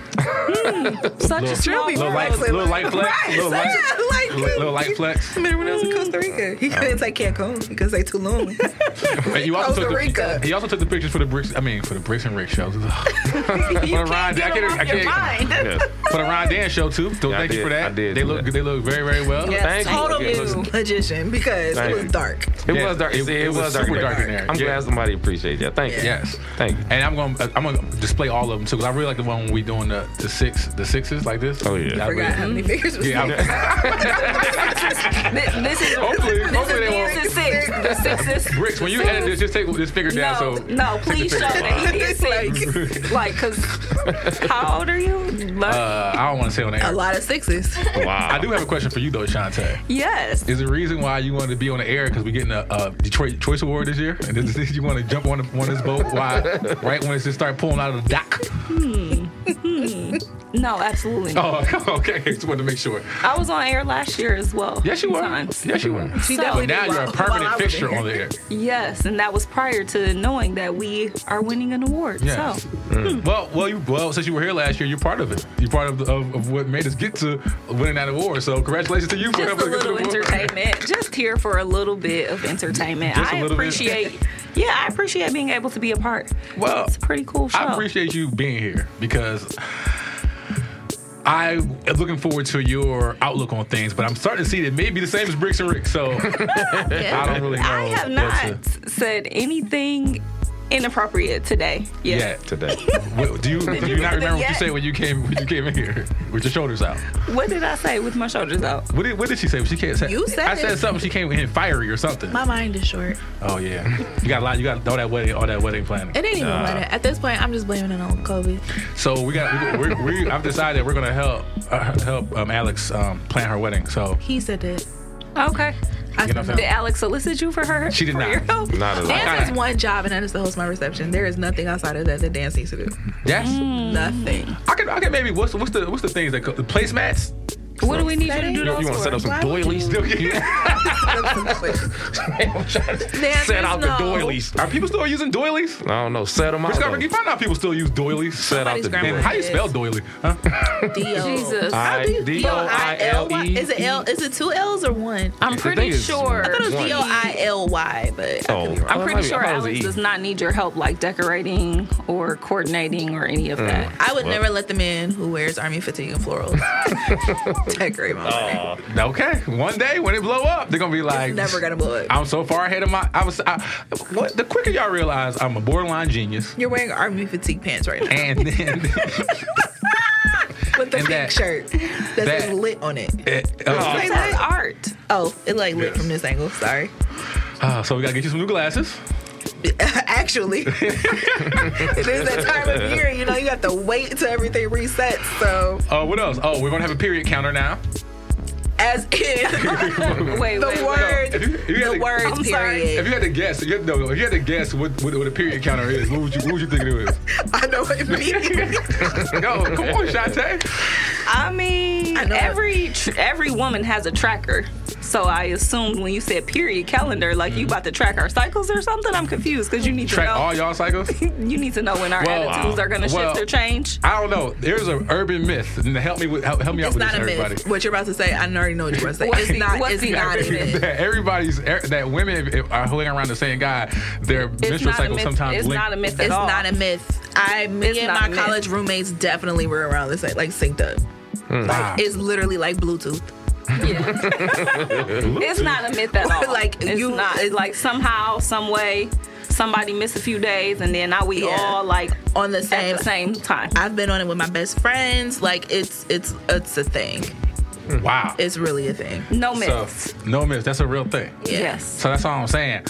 Speaker 9: Such a
Speaker 2: Little-
Speaker 9: small
Speaker 4: Really?
Speaker 2: Little
Speaker 9: world.
Speaker 2: light, little light flex. Little
Speaker 4: Right,
Speaker 2: light,
Speaker 4: so, like,
Speaker 2: little light flex.
Speaker 4: Remember when I was in Costa
Speaker 10: Oh.
Speaker 4: Rica? He couldn't say Cancun. He couldn't say
Speaker 10: *laughs*
Speaker 4: Tulum.
Speaker 2: And you also
Speaker 4: Costa
Speaker 2: took the,
Speaker 4: Rica.
Speaker 2: He also took the pictures for the bricks. I mean, for the bricks and Ricks shows. *laughs* for the Ron, I can't, I can't,
Speaker 10: Yeah.
Speaker 2: for the Ron Dan show too. So
Speaker 10: Yeah, I
Speaker 2: thank you
Speaker 10: did.
Speaker 2: for that.
Speaker 10: I did
Speaker 2: They
Speaker 10: do
Speaker 2: look,
Speaker 10: that.
Speaker 2: they look very, very well.
Speaker 10: Thank you.
Speaker 4: total
Speaker 10: Okay, listen.
Speaker 4: magician because
Speaker 10: Thank
Speaker 4: it
Speaker 10: you.
Speaker 4: was dark.
Speaker 10: It
Speaker 2: Yeah,
Speaker 10: was dark.
Speaker 2: it-
Speaker 10: see,
Speaker 2: it
Speaker 10: it,
Speaker 2: was
Speaker 10: was,
Speaker 2: super
Speaker 10: dark
Speaker 2: dark in there,
Speaker 10: I'm
Speaker 2: yeah.
Speaker 10: glad somebody appreciates that. Thank you.
Speaker 2: Yes.
Speaker 10: Thank you.
Speaker 2: And I'm gonna I'm gonna display all of them too because I really like the one when we doing the, the six the sixes like this. Oh
Speaker 10: yeah.
Speaker 2: I
Speaker 11: forgot how
Speaker 10: Mm-hmm.
Speaker 11: many figures was
Speaker 2: Yeah, I-
Speaker 9: *laughs*
Speaker 11: this, this is
Speaker 2: Hopefully-
Speaker 11: this
Speaker 2: hopefully they
Speaker 11: is
Speaker 2: won't-
Speaker 11: the six. The six
Speaker 2: *laughs*
Speaker 11: is
Speaker 2: *laughs* Bricks, when you edit this, just take this figure down.
Speaker 11: No,
Speaker 2: so *laughs*
Speaker 11: no, please show that he did six. like, cause how old are you?
Speaker 2: Uh, I don't want to say on
Speaker 11: A
Speaker 2: air.
Speaker 11: lot of sixes.
Speaker 2: Wow. I do have a question for you though, Shantae.
Speaker 11: Yes.
Speaker 2: Is the reason why you wanted to be on the air because we're getting a, a Detroit Choice Award this year, and this is you want to jump on the, on this boat? Why? Right when it's just start pulling out of the dock.
Speaker 9: Hmm. Hmm. No, absolutely. not.
Speaker 2: *laughs* Oh, okay. Just wanted to make sure.
Speaker 9: I was on air last year as well.
Speaker 2: Yes, you were. Yes, you were.
Speaker 9: She
Speaker 2: but
Speaker 9: definitely
Speaker 2: now
Speaker 9: did
Speaker 2: you're a
Speaker 9: while-
Speaker 2: permanent
Speaker 9: while I was
Speaker 2: fixture
Speaker 9: there.
Speaker 2: on the air.
Speaker 9: *laughs* Yes, and that was prior to knowing that we are winning an award.
Speaker 2: Yeah.
Speaker 9: So Hmm.
Speaker 2: Well, well, you, well. Since you were here last year, you're part of it. You're part of, of, of what made us get to winning that award. So congratulations to you for
Speaker 9: just a
Speaker 2: helping us get
Speaker 9: little
Speaker 2: to the award.
Speaker 9: entertainment. Just here for a little bit of entertainment.
Speaker 2: Just a
Speaker 9: I
Speaker 2: little bit.
Speaker 9: appreciate. Yeah, I appreciate being able to be a part.
Speaker 2: Well,
Speaker 9: it's a pretty cool show.
Speaker 2: I appreciate you being here because I am looking forward to your outlook on things, but I'm starting to see that it may be the same as Bricks and Rick.
Speaker 9: *laughs*
Speaker 2: So I don't really know.
Speaker 9: I have
Speaker 2: what
Speaker 9: not said anything inappropriate today.
Speaker 2: to,
Speaker 9: yet.
Speaker 2: yeah,
Speaker 9: *laughs*
Speaker 2: today. do you do you not remember what you said when you came when you came in here with your shoulders out?
Speaker 9: What did I say with my *laughs* shoulders out?
Speaker 2: What did, what did she say? She can't say.
Speaker 9: You said
Speaker 2: I said
Speaker 9: it.
Speaker 2: something. She came in fiery or something.
Speaker 4: My mind is short.
Speaker 2: Oh yeah, you got a lot. You got all that wedding, all that wedding planning.
Speaker 4: It ain't even
Speaker 2: Uh,
Speaker 4: matter. At this point, I'm just blaming it on COVID.
Speaker 2: So we got. We, we, we, I've decided we're gonna help uh, help um, Alex um, plan her wedding. So
Speaker 4: He said that.
Speaker 9: Okay.
Speaker 4: I
Speaker 2: You know what I'm saying?
Speaker 4: did
Speaker 9: Alex solicit you for her?
Speaker 2: She did
Speaker 4: for
Speaker 2: not.
Speaker 4: Your help?
Speaker 2: Not at all.
Speaker 4: Dance
Speaker 2: Kinda.
Speaker 4: is one job, and that is to host my reception. There is nothing outside of that that dance needs to do. Mm.
Speaker 2: yes,
Speaker 4: Nothing.
Speaker 2: I can. I can maybe. What's what's the what's the things that co- the placemats?
Speaker 9: What do we need you to do
Speaker 2: know,
Speaker 9: those
Speaker 2: you wanna
Speaker 9: for?
Speaker 2: set up some
Speaker 9: Why would
Speaker 2: doilies? *laughs*
Speaker 10: Set out the doilies.
Speaker 2: Are people still using doilies?
Speaker 10: I don't know. Set them out.
Speaker 2: Chris Garber, you find out people still use doilies.
Speaker 10: Set out the
Speaker 2: And
Speaker 10: doilies.
Speaker 2: how you spell doily? Huh?
Speaker 4: Jesus.
Speaker 10: I- D O I L E.
Speaker 4: Is it L? Is it two L's or one?
Speaker 9: I'm
Speaker 10: The thing pretty is, sure-
Speaker 4: I thought it was
Speaker 10: one.
Speaker 4: D O I L Y, but I could be
Speaker 10: Oh,
Speaker 4: wrong.
Speaker 10: I
Speaker 9: I'm pretty
Speaker 10: might be-
Speaker 9: sure
Speaker 10: I thought it was
Speaker 9: Alex
Speaker 10: E.
Speaker 9: does not need your help like decorating or coordinating or any of
Speaker 10: Mm.
Speaker 9: that.
Speaker 4: I would
Speaker 10: Well.
Speaker 4: never let the man who wears army fatigue and
Speaker 2: *laughs*
Speaker 4: florals decorate my wedding.
Speaker 2: Oh. Okay, one day when it blow up, they're gonna be like,
Speaker 4: never gonna blow up.
Speaker 2: I'm so far ahead of my. I was. I, what? The quicker y'all realize I'm a borderline genius,
Speaker 4: You're wearing army fatigue pants right now
Speaker 2: and then
Speaker 4: *laughs* with the
Speaker 2: and
Speaker 4: pink
Speaker 2: that-
Speaker 4: shirt that says
Speaker 2: that-
Speaker 4: lit on it.
Speaker 2: eh,
Speaker 4: It's
Speaker 2: oh,
Speaker 4: like lit art. Oh, it like lit
Speaker 2: Yes.
Speaker 4: from this angle. Sorry.
Speaker 2: Ah, so we gotta get you some new glasses.
Speaker 4: *laughs*
Speaker 2: *laughs*
Speaker 4: Actually, it is that time of year. You know, you have to wait till everything resets. So,
Speaker 2: Oh, what else? Oh, we're gonna have a period counter
Speaker 4: *laughs*
Speaker 2: now.
Speaker 4: as
Speaker 2: *laughs*
Speaker 4: in
Speaker 9: Wait, wait,
Speaker 4: the
Speaker 9: wait.
Speaker 4: word,
Speaker 2: If you, if you had
Speaker 4: the
Speaker 2: to-
Speaker 4: words.
Speaker 9: I'm sorry.
Speaker 4: period.
Speaker 2: If you had to guess, you had, no, no, if you had to guess what, what, what a period counter is, what would you what would you think it is? *laughs*
Speaker 4: I know what it means.
Speaker 2: Yo, come on, Shantae.
Speaker 9: I mean,
Speaker 4: know.
Speaker 9: every tr- every woman has a tracker. So I assumed when you said period calendar, like you about to track our cycles or something. I'm confused because you need
Speaker 2: Mm-hmm. Track
Speaker 9: to know.
Speaker 2: all y'all cycles.
Speaker 9: you need to know when our
Speaker 2: Well,
Speaker 9: attitudes are going to
Speaker 2: well,
Speaker 9: shift or
Speaker 2: *laughs*
Speaker 9: change.
Speaker 2: I don't know. There's an urban myth. And help me with help, help me out
Speaker 4: It's
Speaker 2: with
Speaker 4: not
Speaker 2: this,
Speaker 4: a
Speaker 2: everybody.
Speaker 4: myth. What you're about to say, I already know what you're about to say.
Speaker 9: What's
Speaker 4: It's
Speaker 9: the-
Speaker 4: not.
Speaker 9: what's
Speaker 4: It's
Speaker 9: the
Speaker 4: not a
Speaker 9: myth?
Speaker 2: *laughs*
Speaker 4: myth.
Speaker 2: that everybody's er, that women if- are hanging around the same guy, their
Speaker 9: It's
Speaker 2: menstrual
Speaker 9: not a
Speaker 2: cycle
Speaker 9: myth.
Speaker 2: sometimes
Speaker 9: It's
Speaker 2: link.
Speaker 9: not a myth at
Speaker 4: It's
Speaker 9: all.
Speaker 4: not a myth. I, me
Speaker 9: It's
Speaker 4: and
Speaker 9: not
Speaker 4: my
Speaker 9: a myth.
Speaker 4: college roommates definitely were around the same, like synced up.
Speaker 2: Hmm. Wow.
Speaker 4: It's literally like Bluetooth.
Speaker 2: *laughs*
Speaker 9: It's not a myth at all.
Speaker 4: *laughs* Like,
Speaker 9: it's
Speaker 4: you-
Speaker 9: not
Speaker 4: it's-
Speaker 9: like somehow, some way, somebody missed a few days, and then now we
Speaker 4: Yeah.
Speaker 9: all like
Speaker 4: On the same.
Speaker 9: at the same time.
Speaker 4: I've been on it with my best friends. Like it's it's it's a thing.
Speaker 2: wow.
Speaker 4: It's really a thing.
Speaker 9: No
Speaker 2: Ah. So,
Speaker 9: myths.
Speaker 2: no myth. That's a real thing.
Speaker 4: yeah.
Speaker 9: Yes.
Speaker 2: So that's all I'm saying.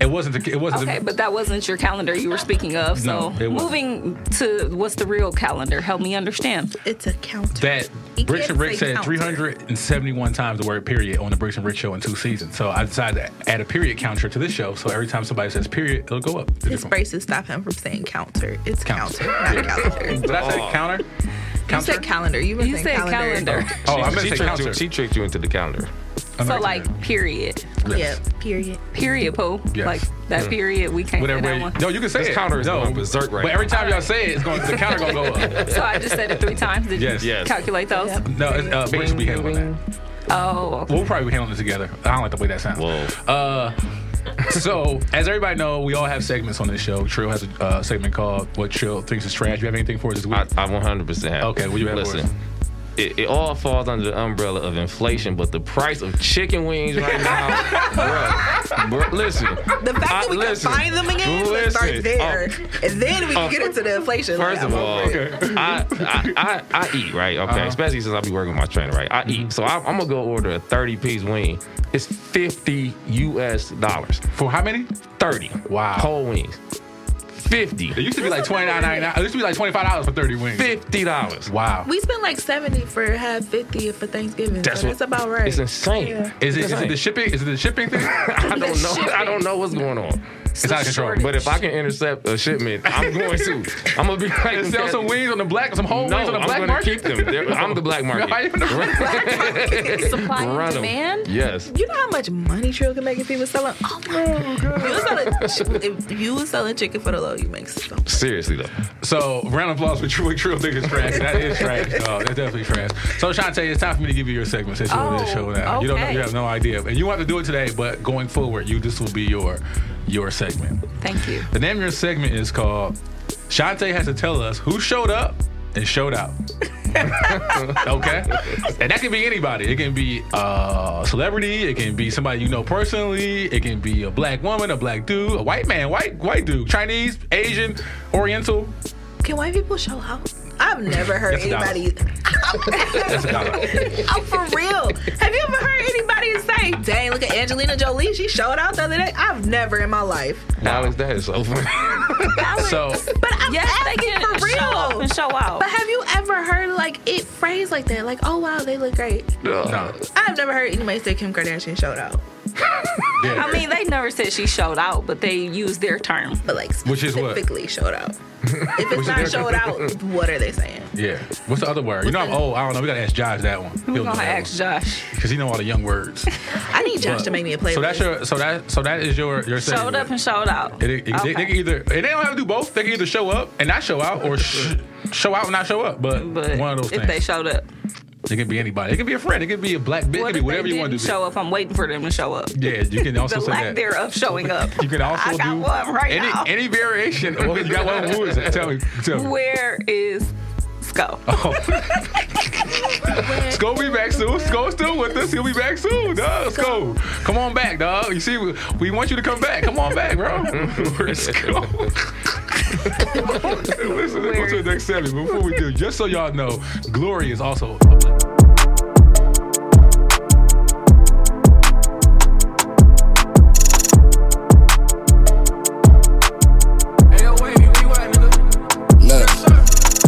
Speaker 2: It wasn't. The, it wasn't. the-
Speaker 9: Okay, but that wasn't your calendar you were speaking of. So
Speaker 2: No, it wasn't.
Speaker 9: moving to what's the real calendar? Help me understand.
Speaker 4: It's a counter.
Speaker 2: that
Speaker 4: He
Speaker 2: Bricks
Speaker 4: can't
Speaker 2: and Rick said
Speaker 4: say counter.
Speaker 2: 371 times the word period on the Bricks and Rick show in two seasons. So I decided to add a period counter to this show. So every time somebody says period, it'll go up.
Speaker 4: His braces stop him from saying counter. It's counter, not calendar.
Speaker 2: Did I say
Speaker 10: Aw.
Speaker 2: counter?
Speaker 4: You
Speaker 2: Counter?
Speaker 4: said calendar. You, were
Speaker 9: You
Speaker 4: saying
Speaker 9: said calendar.
Speaker 2: *laughs* Oh, I meant
Speaker 10: she,
Speaker 2: to say
Speaker 10: tricked you,
Speaker 2: counter.
Speaker 10: she tricked you into the calendar.
Speaker 2: I'm
Speaker 9: So
Speaker 2: not
Speaker 9: like period,
Speaker 4: Yeah. Period.
Speaker 9: period, Pooh.
Speaker 2: Yes. Mm.
Speaker 9: Like that period. We can't
Speaker 2: Whatever.
Speaker 9: say
Speaker 2: way-
Speaker 9: that one.
Speaker 2: No, you can say
Speaker 10: This
Speaker 2: it.
Speaker 10: counter is
Speaker 2: no.
Speaker 10: going berserk right
Speaker 2: But
Speaker 10: now.
Speaker 2: every time y'all say it, it's going, the counter gonna go up.
Speaker 9: *laughs* So I just said it three times. Did
Speaker 2: Yes.
Speaker 9: you
Speaker 10: Yes.
Speaker 9: calculate those?
Speaker 2: No, it's, uh, Bricks will be handling that.
Speaker 9: Oh, okay.
Speaker 2: We'll probably be handling it together. I don't like the way that sounds.
Speaker 10: Whoa.
Speaker 2: Uh, so, as everybody know, we all have segments on this show. Trill has a uh, segment called "What Trill Thinks Is Trash." You have anything for us this week?
Speaker 10: I, I 100% have.
Speaker 2: Okay, what you have for
Speaker 10: Listen,
Speaker 2: us?
Speaker 10: it, it all falls under the umbrella of inflation, but the price of chicken wings
Speaker 2: *laughs*
Speaker 10: right now, bruh, bruh, listen.
Speaker 4: The fact
Speaker 10: I-
Speaker 4: that we
Speaker 10: listen,
Speaker 4: can find them again, let's start
Speaker 10: listen,
Speaker 4: there, and then we can
Speaker 10: uh,
Speaker 4: get into the inflation.
Speaker 10: First
Speaker 4: Like,
Speaker 10: of
Speaker 4: I'm
Speaker 10: all,
Speaker 4: over it.
Speaker 10: I, I, I I eat right, okay.
Speaker 4: Uh-huh.
Speaker 10: Especially since I be working with my trainer, right? I
Speaker 2: Mm-hmm.
Speaker 10: eat, so I, I'm gonna go order a 30 piece wing. It's 50 U.S. dollars
Speaker 2: for how many?
Speaker 10: 30. Wow. Whole wings. 50. It
Speaker 2: used to be like twenty nine ninety nine. It used to be like twenty five dollars for thirty wings.
Speaker 10: Fifty dollars.
Speaker 2: Wow.
Speaker 4: we spent like seventy for half fifty for Thanksgiving. That's,
Speaker 10: That's
Speaker 4: so
Speaker 10: what-
Speaker 4: that's about right.
Speaker 10: It's insane.
Speaker 4: Yeah.
Speaker 2: Is it, is it the shipping? Is it the shipping thing?
Speaker 10: *laughs* I don't know. I don't know what's going on. It's,
Speaker 2: out of control.
Speaker 10: But if I can intercept a shipment, I'm going to. I'm gonna be like,
Speaker 2: And sell some wings on the black, some whole
Speaker 10: no,
Speaker 2: wings on the
Speaker 10: I'm
Speaker 2: black
Speaker 10: gonna
Speaker 2: market.
Speaker 10: Keep them. They're- I'm
Speaker 2: *laughs*
Speaker 10: the black market.
Speaker 2: You're the
Speaker 4: Supply and
Speaker 10: Run 'em.
Speaker 4: demand?
Speaker 10: *laughs* Yes.
Speaker 4: You know how much money Trill can make if he was selling. Oh my god! You was selling, if you was selling chicken for the low, you make so.
Speaker 10: Seriously though.
Speaker 2: So round of applause for True True Think it's trash. That is trash. dog. that's definitely trash. So Shantae, it's time for me to give you your segment since you're on this
Speaker 12: Oh,
Speaker 2: show now. You don't know,
Speaker 12: okay.
Speaker 2: you have no idea. And you won't have to do it today, but going forward, you this will be your your segment.
Speaker 9: Thank you.
Speaker 2: The name of your segment is called Shantae has to tell us who showed up and showed out. *laughs* okay? And that can be anybody. It can be a celebrity, it can be somebody you know personally, it can be a black woman, a black dude, a white man, white white dude, Chinese, Asian, Oriental.
Speaker 4: Can white people show out? I've never heard
Speaker 2: That's a dollar.
Speaker 4: anybody.
Speaker 2: That's a
Speaker 4: *laughs*
Speaker 2: dollar.
Speaker 4: I'm for real. Have you ever heard anybody say, "Dang, look at Angelina Jolie. She showed out the other day." I've never in my life.
Speaker 10: Alex, that is so funny.
Speaker 2: so
Speaker 4: But I'm
Speaker 9: Yes, they
Speaker 4: asking
Speaker 9: can
Speaker 4: for
Speaker 9: show
Speaker 4: real.
Speaker 9: up and show out.
Speaker 4: But have you ever heard like it phrased like that? Like, "Oh wow, they look great."
Speaker 2: no.
Speaker 4: I've never heard anybody say Kim Kardashian showed out.
Speaker 9: *laughs* I mean, they never said she showed out, but they used their term.
Speaker 4: *laughs*
Speaker 2: *laughs*
Speaker 4: But like,
Speaker 2: Which is what?
Speaker 4: specifically showed out. If
Speaker 2: Which is
Speaker 4: it's not
Speaker 2: their-
Speaker 4: showed out, what are they saying?
Speaker 2: Yeah. What's the other word? You know I'm old. I don't know. We gotta ask Josh that one.
Speaker 4: We're gonna ask Josh.
Speaker 2: Because he know all the young
Speaker 4: *laughs*
Speaker 2: words.
Speaker 4: I need Josh
Speaker 2: But-
Speaker 4: to make me a playlist.
Speaker 2: So that's your so that so that is your your segment.
Speaker 9: Showed up and showed out.
Speaker 2: It, it- they, they can either and they don't have to do both. They can either show up and not show out, or sh- show out and not show up. But, one of those
Speaker 9: if
Speaker 2: things.
Speaker 9: they showed up,
Speaker 2: it could be anybody. It could be a friend. It could be a black bitch. It could be whatever
Speaker 9: they
Speaker 2: you want to
Speaker 9: didn't
Speaker 2: do.
Speaker 9: show up. I'm waiting for them to show up.
Speaker 2: Yeah, you can also
Speaker 9: the
Speaker 2: say
Speaker 9: lack
Speaker 2: that.
Speaker 9: thereof showing up.
Speaker 2: You can also
Speaker 9: I got
Speaker 2: do
Speaker 9: one right
Speaker 2: any
Speaker 9: now. *laughs*
Speaker 2: any variation. Well, you got one. Who is it? Tell me. Tell me.
Speaker 9: Where
Speaker 2: *laughs*
Speaker 9: is Sco?
Speaker 2: Sko be back soon. Sko's still with us. He'll be back soon, dog. Sko, come on back, dog. You see, we- we want you to come back. Come on back,
Speaker 9: *laughs*
Speaker 2: bro. *laughs* Where's Sko? Listen, let's go to the next segment. But Before we do, just so y'all know, Glory is also a black
Speaker 13: Look,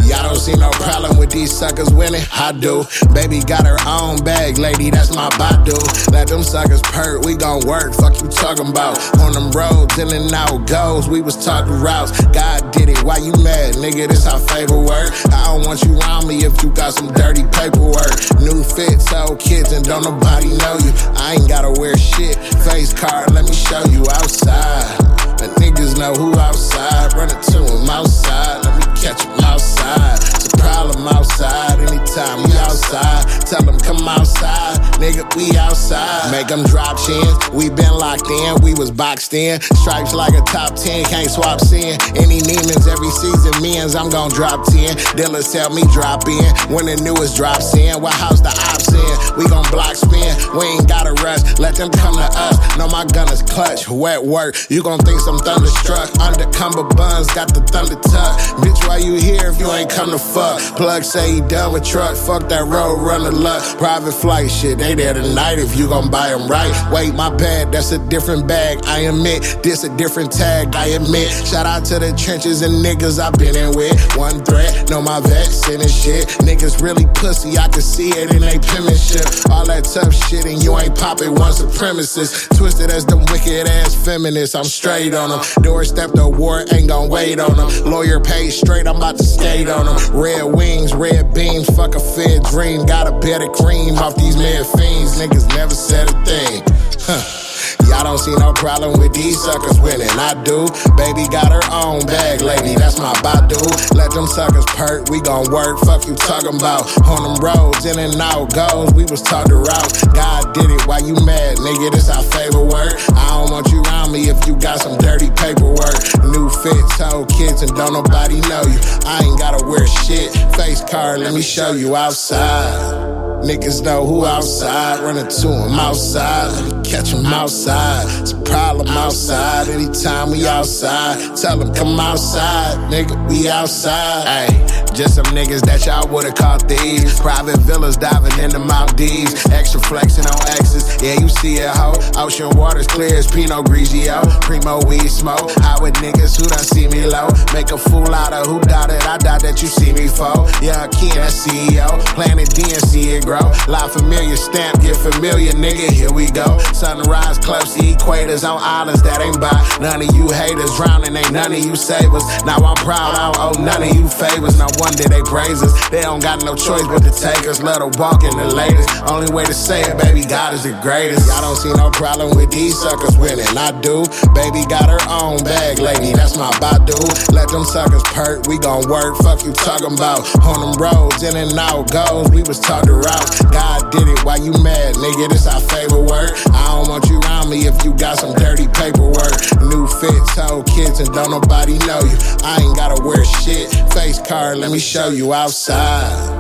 Speaker 13: y'all don't see no problem with these suckers winning. I do. Baby got her own bag, lady, that's my Badu. Let them suckers perk, we gon' work. Fuck you talking about. On them roads, in and out goes. We was talking routes. God did it, why you mad, nigga? This our favorite word. I don't want you around me if you got some dirty paperwork. New fits, old kids, and don't nobody know you. I ain't gotta wear shit. Face card, let me show you outside. The niggas know who outside, running to 'em outside. Let me catch 'em outside. It's a problem outside. Anytime we outside, tell 'em come outside. Nigga, we outside. Make 'em drop chins. We been locked in, we was boxed in. Stripes like a top 10, can't swap sin. Any Neiman's every season, means I'm gonna drop 10. Dealers tell me drop in. When the newest drops in, what house the ops in? We gon' block spin, we ain't gotta rush. Let them come to us. No, my gun is clutch, wet work. You gon' think some thunderstruck. Under buns, got the thunder tuck. Bitch, why you here if you ain't come to fuck? Plug say he done with truck. Fuck that road, run the luck. Private flight shit, they there tonight if you gon' buy 'em right. Wait, my bad, that's a different bag, I admit. This a different tag, I admit. Shout out to the trenches and niggas I been in with. One threat, know my vaccine and shit. Niggas really pussy, I can see it in they penmanship. All that tough shit and you ain't poppin' one supremacist. Twisted as them wicked ass feminists, I'm straight on them. Doorstep the war ain't gon' wait on them. Lawyer paid straight, I'm about to skate on them. Red wings, red beams, fuck a fair dream. Got a better cream off these mad fiends. Niggas never said a thing. Huh. Y'all don't see no problem with these suckers winning. I do. Baby got her own bag, lady. That's my Badu. Let them suckers perk. We gon' work. Fuck you talking about. On them roads, in and out goes. We was taught to route. God did it. Why you mad, nigga? This our favorite word. I don't want you around me if you got some dirty paperwork. New fits, old kids, and don't nobody know you. I ain't gotta wear shit. Face card, let me show you outside. Niggas know who outside, running to him outside. Let me catch him outside. It's a problem outside. Anytime we outside, tell him come outside. Nigga, we outside. Ay, just some niggas that y'all would've caught thieves. Private villas diving in the Maldives. Extra flexing on exes. Yeah, you see it, ho. Ocean waters clear as Pinot Grigio. Primo weed smoke. How with niggas who done see me low. Make a fool out of who doubted. I doubt that you see me foe. Yeah, Ken, that CEO. Planet D and see it grow. La familiar stamp, get familiar, nigga. Here we go. Sunrise clubs, the equators on islands that ain't by. None of you haters drowning, ain't none of you savers. Now I'm proud, I don't owe none of you favors. No wonder they praise us. They don't got no choice but to take us. Let her walk in the latest. Only way to say it, baby, God is the greatest. Y'all don't see no problem with these suckers winning. I do. Baby got her own bag, lady. That's my Badu. Let them suckers perk. We gon' work. Fuck you talking about. On them roads, in and out goes. We was taught to route. God did it. Why you mad, nigga? This our favorite word. I don't want you around me if you got some dirty paperwork. New fits, old kids, and don't nobody know you. I ain't gotta wear shit. Face card, let me show you outside.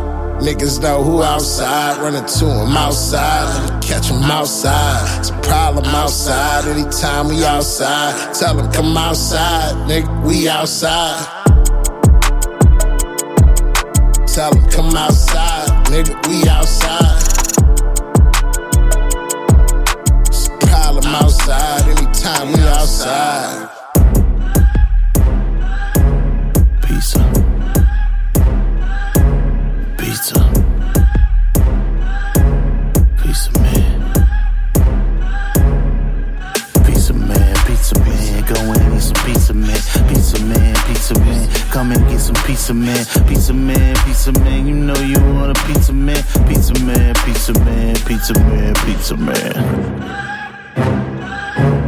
Speaker 13: Niggas know who outside, running to him outside. Let me catch him outside. It's a problem outside. Anytime we outside, tell him come outside. Nigga, we outside. Tell him come outside. Nigga, we outside. It's a problem outside. Anytime we outside.
Speaker 12: Pizza. Pizza. Pizza man. Pizza man, pizza man. Go and eat some pizza man. Pizza man, pizza man. Come and get some pizza man. Pizza man, pizza man. You know you want a pizza man. Pizza man, pizza man, pizza man, pizza man.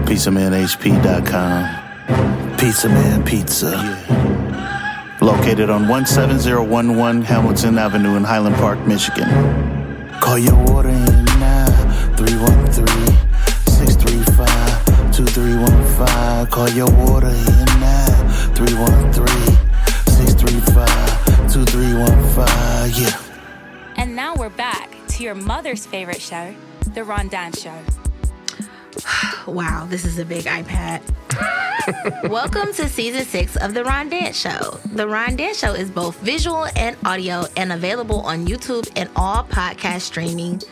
Speaker 12: PizzamanHP.com. Pizza man pizza. Located on 17011 Hamilton Avenue in Highland Park, Michigan. Call your order in now 313 635 2315. Call your order in now 313 635 2315. Yeah.
Speaker 1: And now we're back to your mother's favorite show, The Rondon Show.
Speaker 3: Wow, this is a big iPad. *laughs* Welcome to season six of The Ron Dance Show. The Ron Dance Show is both visual and audio and available on YouTube and all podcast streaming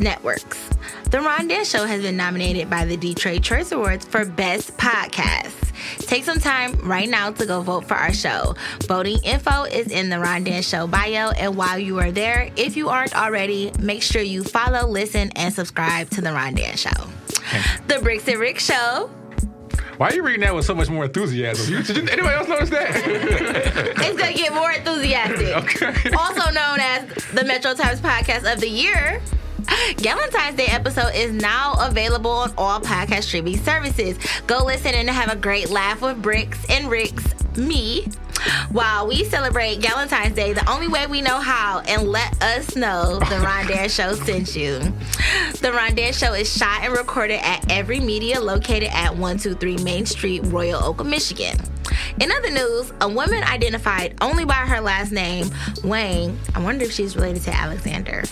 Speaker 3: networks. The Ron Dance Show has been nominated by the Detroit Choice Awards for Best Podcast. Take some time right now to go vote for our show. Voting info is in the Ron Dance Show bio, and while you are there, if you aren't already, make sure you follow, listen, and subscribe to the Ron Dance Show. The Bricks and Rick Show.
Speaker 2: Why are you reading that with so much more enthusiasm? You- Did anybody else notice that?
Speaker 3: It's gonna get more enthusiastic. Also known as the Metro Times Podcast of the Year. Valentine's Day episode is now available on all podcast streaming services. Go listen and have a great laugh with Bricks and Ricks, me. While we celebrate Valentine's Day the only way we know how, and let us know the Rondare Show sent you. The Rondare Show is shot and recorded at Every Media located at 123 Main Street, Royal Oak, Michigan. In other news, a woman identified only by her last name, Wayne, I wonder if she's related to Alexander,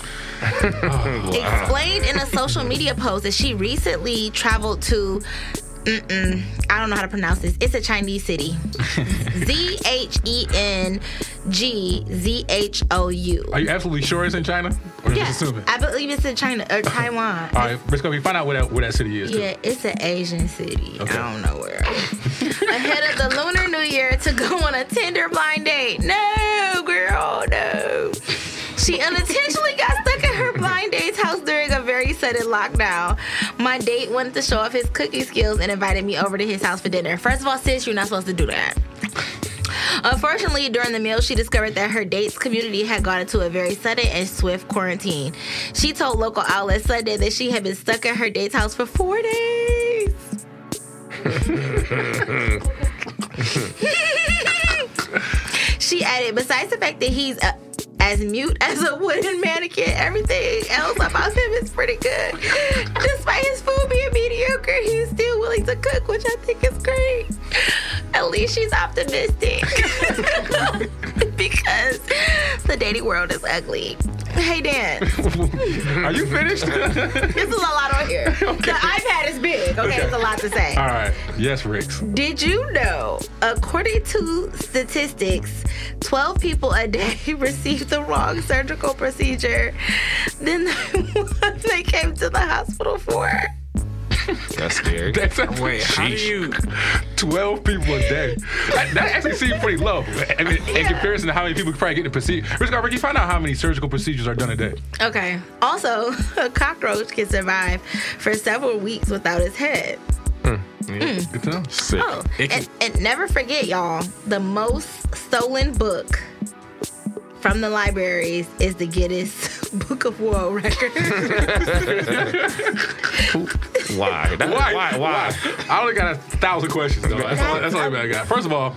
Speaker 2: Oh,
Speaker 3: explained in a social media post that she recently traveled to. Mm-mm, I don't know how to pronounce this. It's a Chinese city. Z H E N G Z H O U.
Speaker 2: Are you absolutely sure it's in China? Or
Speaker 3: Yeah,
Speaker 2: just assuming?
Speaker 3: I believe it's in China or Taiwan.
Speaker 2: All right, Briscoe, we find out where that, where that city is. too.
Speaker 3: Yeah, it's an Asian
Speaker 2: *laughs*
Speaker 3: city.
Speaker 2: Okay.
Speaker 3: I don't know where. Ahead of the Lunar New Year to go on a Tinder blind date. No, girl, no. She unintentionally got stuck at her blind date's house during a very sudden lockdown. My date wanted to show off his cooking skills and invited me over to his house for dinner. First of all, sis, you're not supposed to do that. Unfortunately, during the meal, she discovered that her date's community had gone into a very sudden and swift quarantine. She told local outlets Sunday that she had been stuck at her date's house for four days. She added, besides the fact that he's uh as mute as a wooden mannequin, everything else about him is pretty good. Despite his food being mediocre, he's still willing to cook, which I think is great. At least she's optimistic *laughs* because the dating world is ugly. Hey Dan,
Speaker 2: Are you
Speaker 3: *laughs*
Speaker 2: finished?
Speaker 3: this is a lot on
Speaker 2: *laughs*
Speaker 3: here. The iPad is big. Okay,
Speaker 2: Okay.
Speaker 3: it's a lot to say.
Speaker 2: All right. Yes, Ricks.
Speaker 3: Did you know, according to statistics, 12 people a day *laughs* received the wrong surgical procedure than the *laughs* one they came to the hospital for?
Speaker 10: That's scary.
Speaker 2: *laughs* That's a, *laughs* Wait, how do you? Twelve people a day. That, that actually seems pretty low. I mean, in comparison to how many people probably get the procedure. Rich Ricky, find out how many surgical procedures are done a day.
Speaker 3: Okay. Also, *laughs* a cockroach can survive for several weeks without its head. Mm.
Speaker 2: Good to know. Sick.
Speaker 3: Oh, and, and never forget, y'all, the most stolen book from the libraries is the Guinness *laughs* Book of World *laughs* Records.
Speaker 10: Why? That-
Speaker 2: why? Why? Why? I only got a thousand questions. Though. That's all. That's all I got. First of all,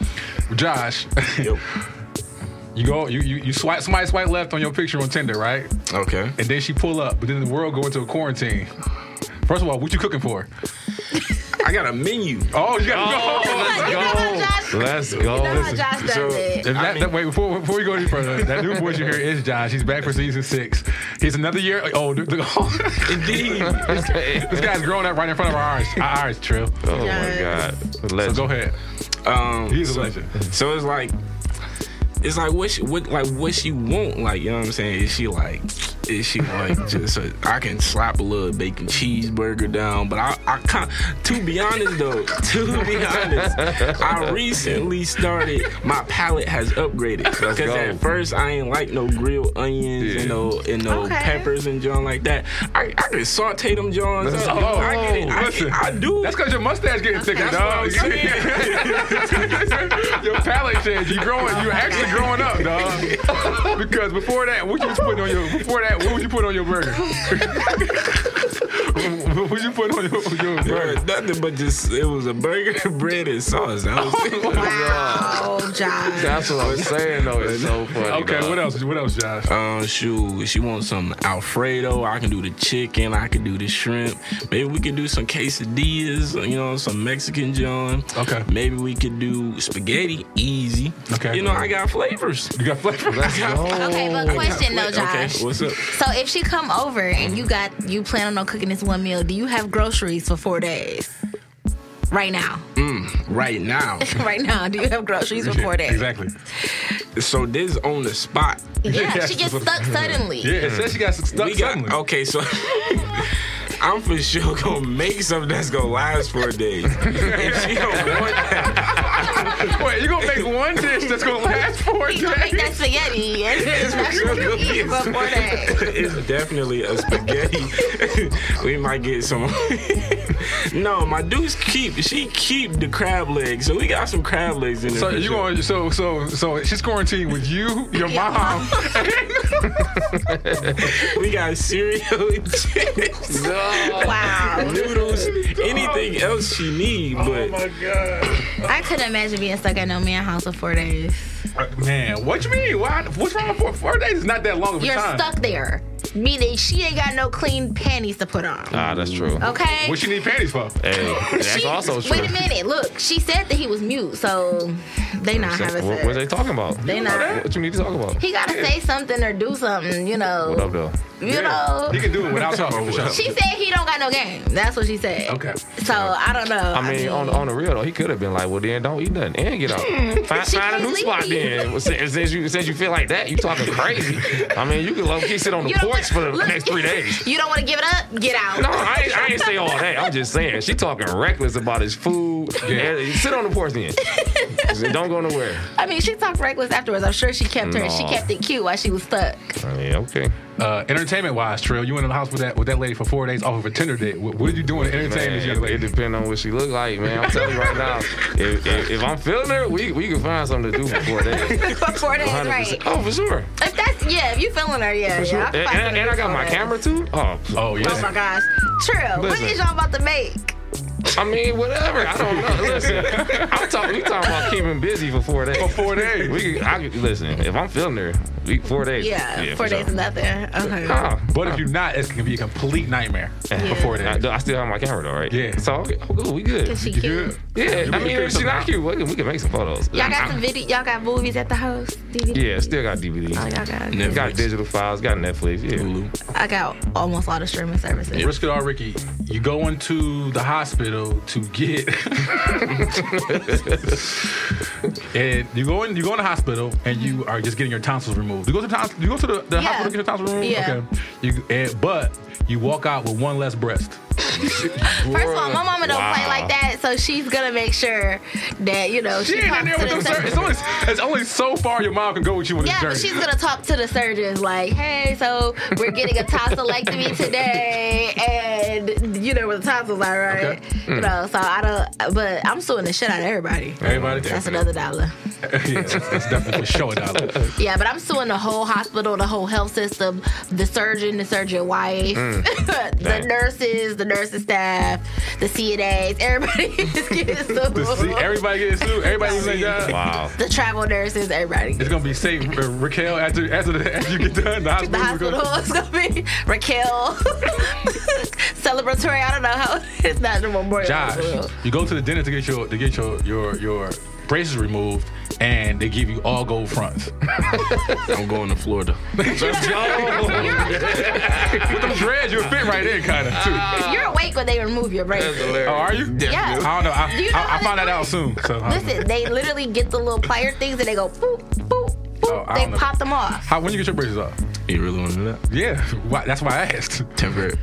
Speaker 2: Josh, *laughs* you go. You, you you swipe somebody swipe left on your picture on Tinder, right?
Speaker 14: Okay.
Speaker 2: And then she pull up, but then the world go into a quarantine. First of all, what you cooking for?
Speaker 14: I got a menu.
Speaker 2: Oh, you got
Speaker 14: Oh, let's
Speaker 2: to
Speaker 14: You
Speaker 2: go.
Speaker 14: know how go.
Speaker 2: *laughs* Oh,
Speaker 3: Josh- You
Speaker 10: Let's
Speaker 3: know how Josh does it.
Speaker 2: If that, that- wait, before, before we go any further, that new voice you hear is Josh. He's back for season six. He's another year old. *laughs* Indeed. this, this guy's growing up right in front of our eyes. Our eyes, Trill.
Speaker 10: Oh my God.
Speaker 2: So go ahead.
Speaker 14: Um,
Speaker 2: He's a
Speaker 14: so,
Speaker 2: legend.
Speaker 14: So it's like, it's like what she, what like what she want, like you know what I'm saying? Is she like, is she like *laughs* just a, I can slap a little bacon cheeseburger down, but I I can't. To be honest though, *laughs* to be honest, I recently started. My palate has upgraded because
Speaker 10: go.
Speaker 14: at first I ain't like no grilled onions and no and no
Speaker 10: Okay.
Speaker 14: peppers and John like that. I I can saute them Johns.
Speaker 2: Let's
Speaker 14: up.
Speaker 2: go.
Speaker 14: I get it. I,
Speaker 2: Listen,
Speaker 14: I do.
Speaker 2: That's because your mustache getting thicker,
Speaker 14: That's what I'm
Speaker 2: dog.
Speaker 14: saying.
Speaker 2: *laughs* your palate change. You growing. You actually growing up, dog. Because before that, what you was putting on your before that, what would you put on your burger? *laughs* what would you put on your, your burger?
Speaker 14: Nothing but just it was a
Speaker 2: *laughs*
Speaker 14: burger, bread, and sauce. That was *laughs* it.
Speaker 3: Oh, Josh.
Speaker 10: That's what I'm saying though.
Speaker 2: *laughs*
Speaker 10: It's so funny.
Speaker 14: Okay,
Speaker 10: dog.
Speaker 14: what
Speaker 2: else? What else, Josh?
Speaker 14: Um, shoot, she wants some Alfredo. I can do the chicken. I can do the shrimp. Maybe we could do some quesadillas. You know, some Mexican John.
Speaker 2: Okay.
Speaker 14: Maybe we could do spaghetti. Easy.
Speaker 2: Okay.
Speaker 14: You know, I got flavors.
Speaker 2: You got flavors.
Speaker 14: Let's go.
Speaker 3: Okay, but question though, Josh.
Speaker 14: Okay, what's up?
Speaker 3: So if she come over and you got you planning on cooking this one meal, do you have groceries for four days? Right now,
Speaker 14: Mm, right now.
Speaker 3: *laughs* right now, do you have groceries for four days?
Speaker 2: Exactly.
Speaker 14: So this on the spot.
Speaker 2: *laughs*
Speaker 3: Yeah, she gets stuck
Speaker 14: *laughs*
Speaker 3: suddenly.
Speaker 2: she got stuck
Speaker 14: we got,
Speaker 2: suddenly.
Speaker 14: Okay, so *laughs* I'm for sure gonna make something that's gonna last for a day. if she don't want that.
Speaker 2: Wait, you gonna make one dish that's gonna last for a
Speaker 3: He gonna make that
Speaker 5: *laughs*
Speaker 3: spaghetti and
Speaker 14: It's gonna be-
Speaker 3: eat for four days.
Speaker 14: it's definitely a spaghetti. *laughs* we might get some. *laughs* no, my dudes keep she keep the crab legs, so we got some crab legs in there.
Speaker 2: So
Speaker 14: for
Speaker 2: you
Speaker 14: sure.
Speaker 2: going? So so so she's quarantined with you, your mom.
Speaker 14: we got cereal, chips,
Speaker 3: Wow.
Speaker 14: noodles, anything else she need. But
Speaker 3: I couldn't imagine being stuck at no man house for four days.
Speaker 2: Uh, Man, what you mean? Why, what's wrong with four, four days? Is not that long of a
Speaker 3: You're
Speaker 2: time.
Speaker 3: stuck there, meaning she ain't got no clean panties to put on.
Speaker 10: *laughs* Ah, that's true.
Speaker 3: Okay.
Speaker 2: What you need panties for?
Speaker 10: Hey, that's
Speaker 3: She-
Speaker 10: also true.
Speaker 3: Wait a minute. Look, she said that he was mute, so they not
Speaker 10: What,
Speaker 3: having
Speaker 10: what,
Speaker 3: sex.
Speaker 10: they talking about?
Speaker 3: They not.
Speaker 10: What you need to talk about?
Speaker 3: He gotta say something or do something, you
Speaker 10: What up
Speaker 3: know.
Speaker 10: though?
Speaker 3: You know.
Speaker 10: He
Speaker 2: can do it without talking, for sure.
Speaker 3: She said he don't got no game. That's what she said.
Speaker 2: Okay.
Speaker 3: So I don't know.
Speaker 10: I mean, on on the real though, he could have been like, "Well, then don't eat nothing and get
Speaker 3: Hmm.
Speaker 10: out.
Speaker 3: *laughs*
Speaker 10: Find,
Speaker 3: She
Speaker 10: find a new
Speaker 3: can't
Speaker 10: spot
Speaker 3: leave.
Speaker 10: then. Well, Since, since you since you feel like that, you talking crazy. I mean, you can low key sit on the
Speaker 3: You don't
Speaker 10: porch for the
Speaker 3: look-
Speaker 10: next three days.
Speaker 3: You don't want to give it up? Get *laughs* out.
Speaker 10: No, I ain't, I ain't say all that. I'm just saying she talking reckless about his food. And sit on the
Speaker 3: *laughs*
Speaker 10: porch then. don't go nowhere.
Speaker 3: I mean, she talked reckless afterwards. I'm sure she kept her. She
Speaker 2: No.
Speaker 3: kept it cute while she was
Speaker 10: *laughs*
Speaker 3: stuck. *laughs*
Speaker 10: I mean, okay.
Speaker 2: Uh, entertainment wise, Trill, you went in the house with that with that lady for four days off of a Tinder date. What, what did you do to entertain this
Speaker 10: Man,
Speaker 2: young lady?
Speaker 10: It depends on what she look like, man. I'm telling you right
Speaker 2: *laughs*
Speaker 10: now. If, if, if I'm feeling her, we, we can find something to do before that.
Speaker 2: *laughs*
Speaker 3: For four days, right?
Speaker 10: *laughs* Oh, for sure.
Speaker 3: If that's yeah, if you feeling her, yeah,
Speaker 10: For sure.
Speaker 3: yeah.
Speaker 10: And,
Speaker 3: can find
Speaker 10: and- and I got my
Speaker 3: something
Speaker 10: camera too. Oh,
Speaker 2: oh
Speaker 3: for that. Oh my gosh, Trill, what
Speaker 10: Listen.
Speaker 3: is y'all about to make?
Speaker 10: I mean, whatever. I don't
Speaker 3: *laughs*
Speaker 10: know. Listen, I'm talking. We talking about keeping busy for four days. For
Speaker 2: four days.
Speaker 10: *laughs* We could, I could, listen. If I'm feeling there, we four days.
Speaker 3: Yeah,
Speaker 10: for
Speaker 3: four days
Speaker 10: sure.
Speaker 3: is nothing. Uh-huh. Okay.
Speaker 2: but if you're not, it can be a complete nightmare
Speaker 10: Yeah.
Speaker 2: before that.
Speaker 10: I, I still have my camera though, right? Yeah. So okay, oh, good, we good.
Speaker 3: Is she cute?
Speaker 10: Yeah,
Speaker 2: You
Speaker 10: I
Speaker 2: can
Speaker 10: mean,
Speaker 2: figure
Speaker 10: if she
Speaker 2: something
Speaker 10: not
Speaker 2: out.
Speaker 10: cute, we can, we can make some photos.
Speaker 3: Y'all got
Speaker 10: I-
Speaker 3: some video. Y'all got movies at the house. er DVD?
Speaker 10: yeah, still got DVDs.
Speaker 3: Oh, y'all got-
Speaker 10: Got digital files. Got Netflix. Yeah.
Speaker 3: I got almost all the streaming services.
Speaker 2: Risk it all, Ricky. You go into the hospital to get, *laughs* and you go in. You go in the hospital, and you are just getting your tonsils removed. You go to the tons- you go to the, the
Speaker 3: Yeah.
Speaker 2: hospital to get your tonsils removed.
Speaker 3: Yeah.
Speaker 2: Okay. You and, but you walk out with one less breast.
Speaker 3: First of all, my mama don't play like that, so she's gonna make sure that you know
Speaker 2: She ain't in
Speaker 3: talks
Speaker 2: there
Speaker 3: to
Speaker 2: with
Speaker 3: the
Speaker 2: them sur- It's only, it's only so far your mom can go with you on
Speaker 3: Yeah, but
Speaker 2: this
Speaker 3: she's
Speaker 2: journey.
Speaker 3: gonna talk to the surgeons like, "Hey, so we're getting a tonsillectomy today, and you know where the tonsils are, right?
Speaker 2: Mm.
Speaker 3: You know, so I don't. But I'm suing the shit out of everybody.
Speaker 2: Everybody.
Speaker 3: That's another dollar.
Speaker 2: *laughs* yeah, that's that's definitely for sure, dollar.
Speaker 3: Yeah, but I'm suing the whole hospital, the whole health system, the surgeon, the surgeon wife,
Speaker 2: Mm.
Speaker 3: *laughs* the
Speaker 2: Dang.
Speaker 3: nurses, the nursing staff, the CNAs. Everybody *laughs* is getting sued.
Speaker 2: *laughs*
Speaker 3: *laughs*
Speaker 2: The C- everybody getting sued. Everybody losing their job. Wow.
Speaker 3: The travel nurses, everybody.
Speaker 2: It's gonna be safe, uh, Raquel. After after, the, after you get done, the
Speaker 3: The
Speaker 2: hospital.
Speaker 3: hospital *laughs* is gonna be Raquel *laughs* celebratory. I don't know how *laughs* it's not the
Speaker 2: *laughs*
Speaker 3: memorial.
Speaker 2: Josh, you go to the dentist to get your to get your your your braces removed, and they give you all gold fronts. *laughs* I'm going to Florida.
Speaker 14: *laughs*
Speaker 2: Let's *laughs* With them dreads, you'll fit right in, kind of too.
Speaker 3: You're awake when they remove your brain.
Speaker 2: Oh, are you?
Speaker 3: Yeah.
Speaker 2: I don't know. I,
Speaker 3: Do you know
Speaker 2: I,
Speaker 3: how
Speaker 2: I found that out soon. So I don't know.
Speaker 3: Listen, they literally get the little plier things and they go boop,
Speaker 2: Oh, I
Speaker 3: they
Speaker 2: don't know.
Speaker 3: pop them off.
Speaker 2: How when you get your braces off?
Speaker 14: You really want to know that?
Speaker 2: Yeah, why, that's why I asked.
Speaker 14: Temporary.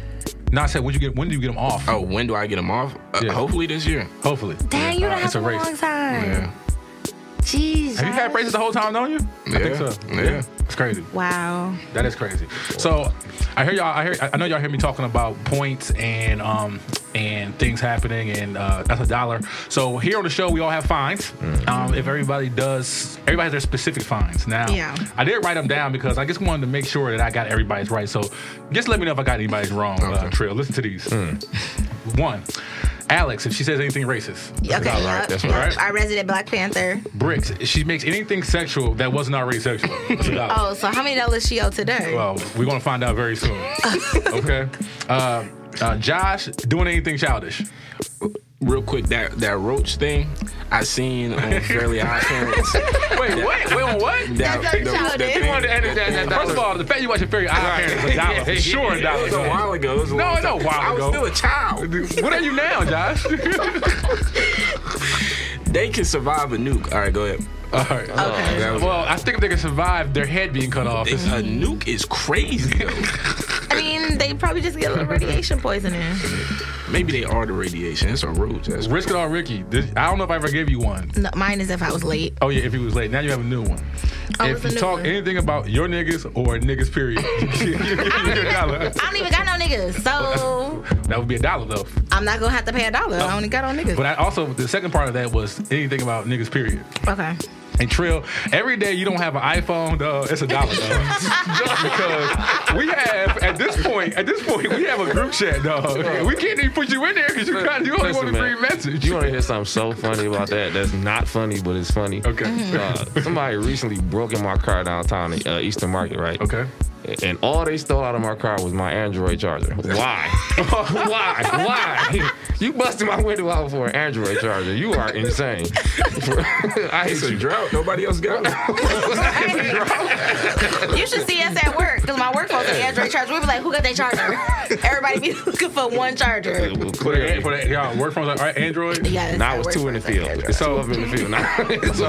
Speaker 2: No, I said when you get when do you get them off?
Speaker 14: Oh, when do I get them off? Uh, Hopefully this year.
Speaker 2: Hopefully.
Speaker 3: Dang,
Speaker 2: uh,
Speaker 3: you don't
Speaker 14: it's
Speaker 3: have
Speaker 14: a
Speaker 3: a
Speaker 14: race.
Speaker 3: long time.
Speaker 14: Yeah.
Speaker 3: Jeez.
Speaker 2: Have you had braces the whole time, don't you? I think
Speaker 14: Yeah.
Speaker 2: so. Yeah, it's crazy.
Speaker 3: Wow.
Speaker 2: That is crazy. So I hear y'all. I hear. I know y'all hear me talking about points and um and things happening, and uh, that's a dollar. So here on the show, we all have fines.
Speaker 14: Mm-hmm.
Speaker 2: Um, if everybody does, everybody has their specific fines. Now,
Speaker 11: Yeah.
Speaker 2: I did write them down because I just wanted to make sure that I got everybody's right. So just let me know if I got anybody's wrong. Uh, Trill, listen to these.
Speaker 14: Hmm.
Speaker 2: One, Alex, if she says anything racist.
Speaker 3: Okay.
Speaker 2: All
Speaker 3: yeah,
Speaker 2: right, that's
Speaker 3: yeah,
Speaker 2: all right.
Speaker 3: Our resident Black Panther.
Speaker 2: Bricks, if she makes anything sexual that wasn't already
Speaker 3: *laughs*
Speaker 2: sexual. That's a dollar.
Speaker 3: Oh, so how many dollars she owe today?
Speaker 2: Well, we're gonna find out very
Speaker 3: *laughs*
Speaker 2: soon. okay. Uh, uh, Josh doing anything childish?
Speaker 14: Real quick, that that roach thing I seen
Speaker 2: *laughs*
Speaker 14: on Fairly Odd Parents.
Speaker 2: Wait, what? Wait, on what?
Speaker 14: That- That's the- not the childish. thing-
Speaker 2: You wanted to edit that- that- First of all, the fact you watching Fairy Odd Parents is a dollar. For *laughs* sure, a dollar.
Speaker 14: It was a while ago. It was a
Speaker 2: no,
Speaker 14: long
Speaker 2: no,
Speaker 14: time.
Speaker 2: while
Speaker 14: I was
Speaker 2: ago.
Speaker 14: still a child.
Speaker 2: What are you now, Josh?
Speaker 14: *laughs* they can survive a nuke. All right, go ahead. Oh,
Speaker 2: All right. Well, I think if they can survive their head being cut off.
Speaker 14: A nuke is crazy.
Speaker 2: *laughs*
Speaker 3: I mean, they probably just get a little radiation poisoning.
Speaker 14: Maybe they are the radiation. It's a roach. That's
Speaker 2: Risk it all, Ricky. This- I don't know if I ever gave you one.
Speaker 3: No, mine is if I was late.
Speaker 2: Oh yeah, if he was late. Now you have a new one.
Speaker 3: Oh,
Speaker 2: if
Speaker 3: it's a
Speaker 2: you
Speaker 3: new
Speaker 2: talk
Speaker 3: one.
Speaker 2: anything about your niggas or niggas period, *laughs* you get a dollar.
Speaker 3: I don't even got no niggas, so
Speaker 2: That would be a dollar though.
Speaker 3: I'm not gonna have to pay a dollar. I only got on niggas.
Speaker 2: But I also the second part of that was anything about niggas period.
Speaker 3: okay.
Speaker 2: And Trill, every day you don't have an iPhone, dog, it's a dollar,
Speaker 10: *laughs*
Speaker 2: dog. because we have at this point, at this point, we have a group chat, dog. We can't even put you in there because you got you only
Speaker 10: Listen,
Speaker 2: want to
Speaker 10: man,
Speaker 2: bring message.
Speaker 10: You want to hear something so funny about that? That's not funny, but it's funny. Okay. Uh, somebody recently broke in my car downtown at uh, Eastern Market, right?
Speaker 2: Okay.
Speaker 10: And all they stole out of my car was my Android charger. Why? *laughs* Why? Why? You busted my window out for an Android charger. You are insane. *laughs* I hate
Speaker 14: It's a
Speaker 10: you.
Speaker 14: drought. Nobody else got
Speaker 10: *laughs*
Speaker 14: it. *laughs*
Speaker 3: You should see us at work because my work phone's an Android charger. We'd be like, who got that charger? Everybody be looking for one charger.
Speaker 2: For the, for the, y'all, work phones, all right, Android?
Speaker 3: Yeah,
Speaker 10: Now I was two in the field. It's two of them in the field. Now. *laughs*
Speaker 2: So,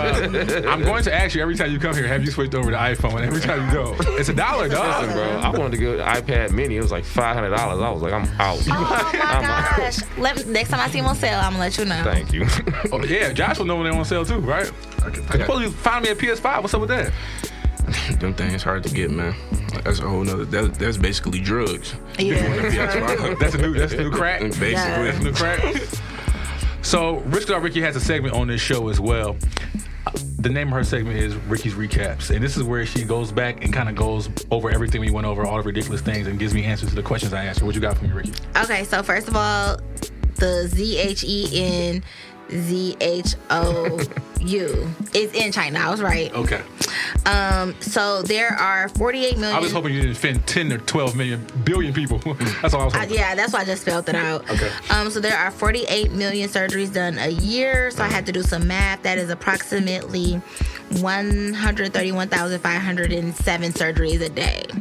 Speaker 2: I'm going to ask you every time you come here, have you switched over to iPhone? Every time you go, it's a dollar, dog.
Speaker 10: Listen, bro, I wanted to go to iPad Mini. It was like five hundred dollars. I was like, I'm out.
Speaker 3: Oh my
Speaker 10: I'm out.
Speaker 3: gosh. Let me, next time I see him on sale, I'm gonna let you know.
Speaker 10: Thank you.
Speaker 2: Oh, yeah, Josh will know when they're on sale too, right? You supposed to find me a PS5. What's up with that?
Speaker 14: *laughs* Them things hard to get, man. That's a whole nother. That, that's basically drugs.
Speaker 3: *laughs*
Speaker 2: Yeah. that's a new that's a new
Speaker 14: *laughs*
Speaker 2: crack.
Speaker 14: Basically.
Speaker 2: That's a new crack. So Rich Dog Ricky has a segment on this show as well. Uh, The name of her segment is Ricky's Recaps, and this is where she goes back and kind of goes over everything we went over, all the ridiculous things, and gives me answers to the questions I asked her. What you got for me, Ricky?
Speaker 3: Okay, so first of all, the Z H E N Z H O
Speaker 2: *laughs*
Speaker 3: U. It's in China. I was right.
Speaker 2: Okay.
Speaker 3: Um, so there are 48 million.
Speaker 2: I was hoping you didn't offend 10 or 12 million billion people. *laughs* That's all I was
Speaker 3: I-
Speaker 2: hoping.
Speaker 3: yeah, that's why I just spelled it out.
Speaker 2: Okay.
Speaker 3: Um, so there are 48 million surgeries done a year. So I had to do some math. That is approximately 131,507 surgeries a day. *laughs*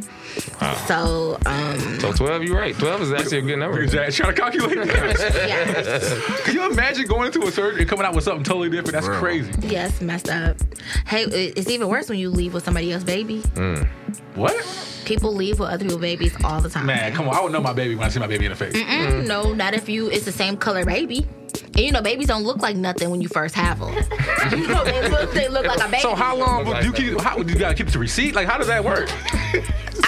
Speaker 3: So, um,
Speaker 10: so twelve, you're right. Twelve is actually a good number.
Speaker 2: Jack trying to calculate
Speaker 10: that.
Speaker 2: Can you imagine going into a surgery and coming out with something totally different? That's crazy.
Speaker 3: Yes, messed up. Hey, it- it's even worse when you leave with somebody else's baby.
Speaker 2: Hmm. What?
Speaker 3: People leave with other people's babies all the time.
Speaker 2: Man, come on. Mm. I would know my baby when I see my baby in the face.
Speaker 3: Mm-mm, *laughs* No, not if you. It's the same color baby. And you know, babies don't look like nothing when you first
Speaker 2: *laughs*
Speaker 3: have them. you know, they look, they look like a baby.
Speaker 2: So how long would you keep? How would you gotta keep the receipt? Like how does that work?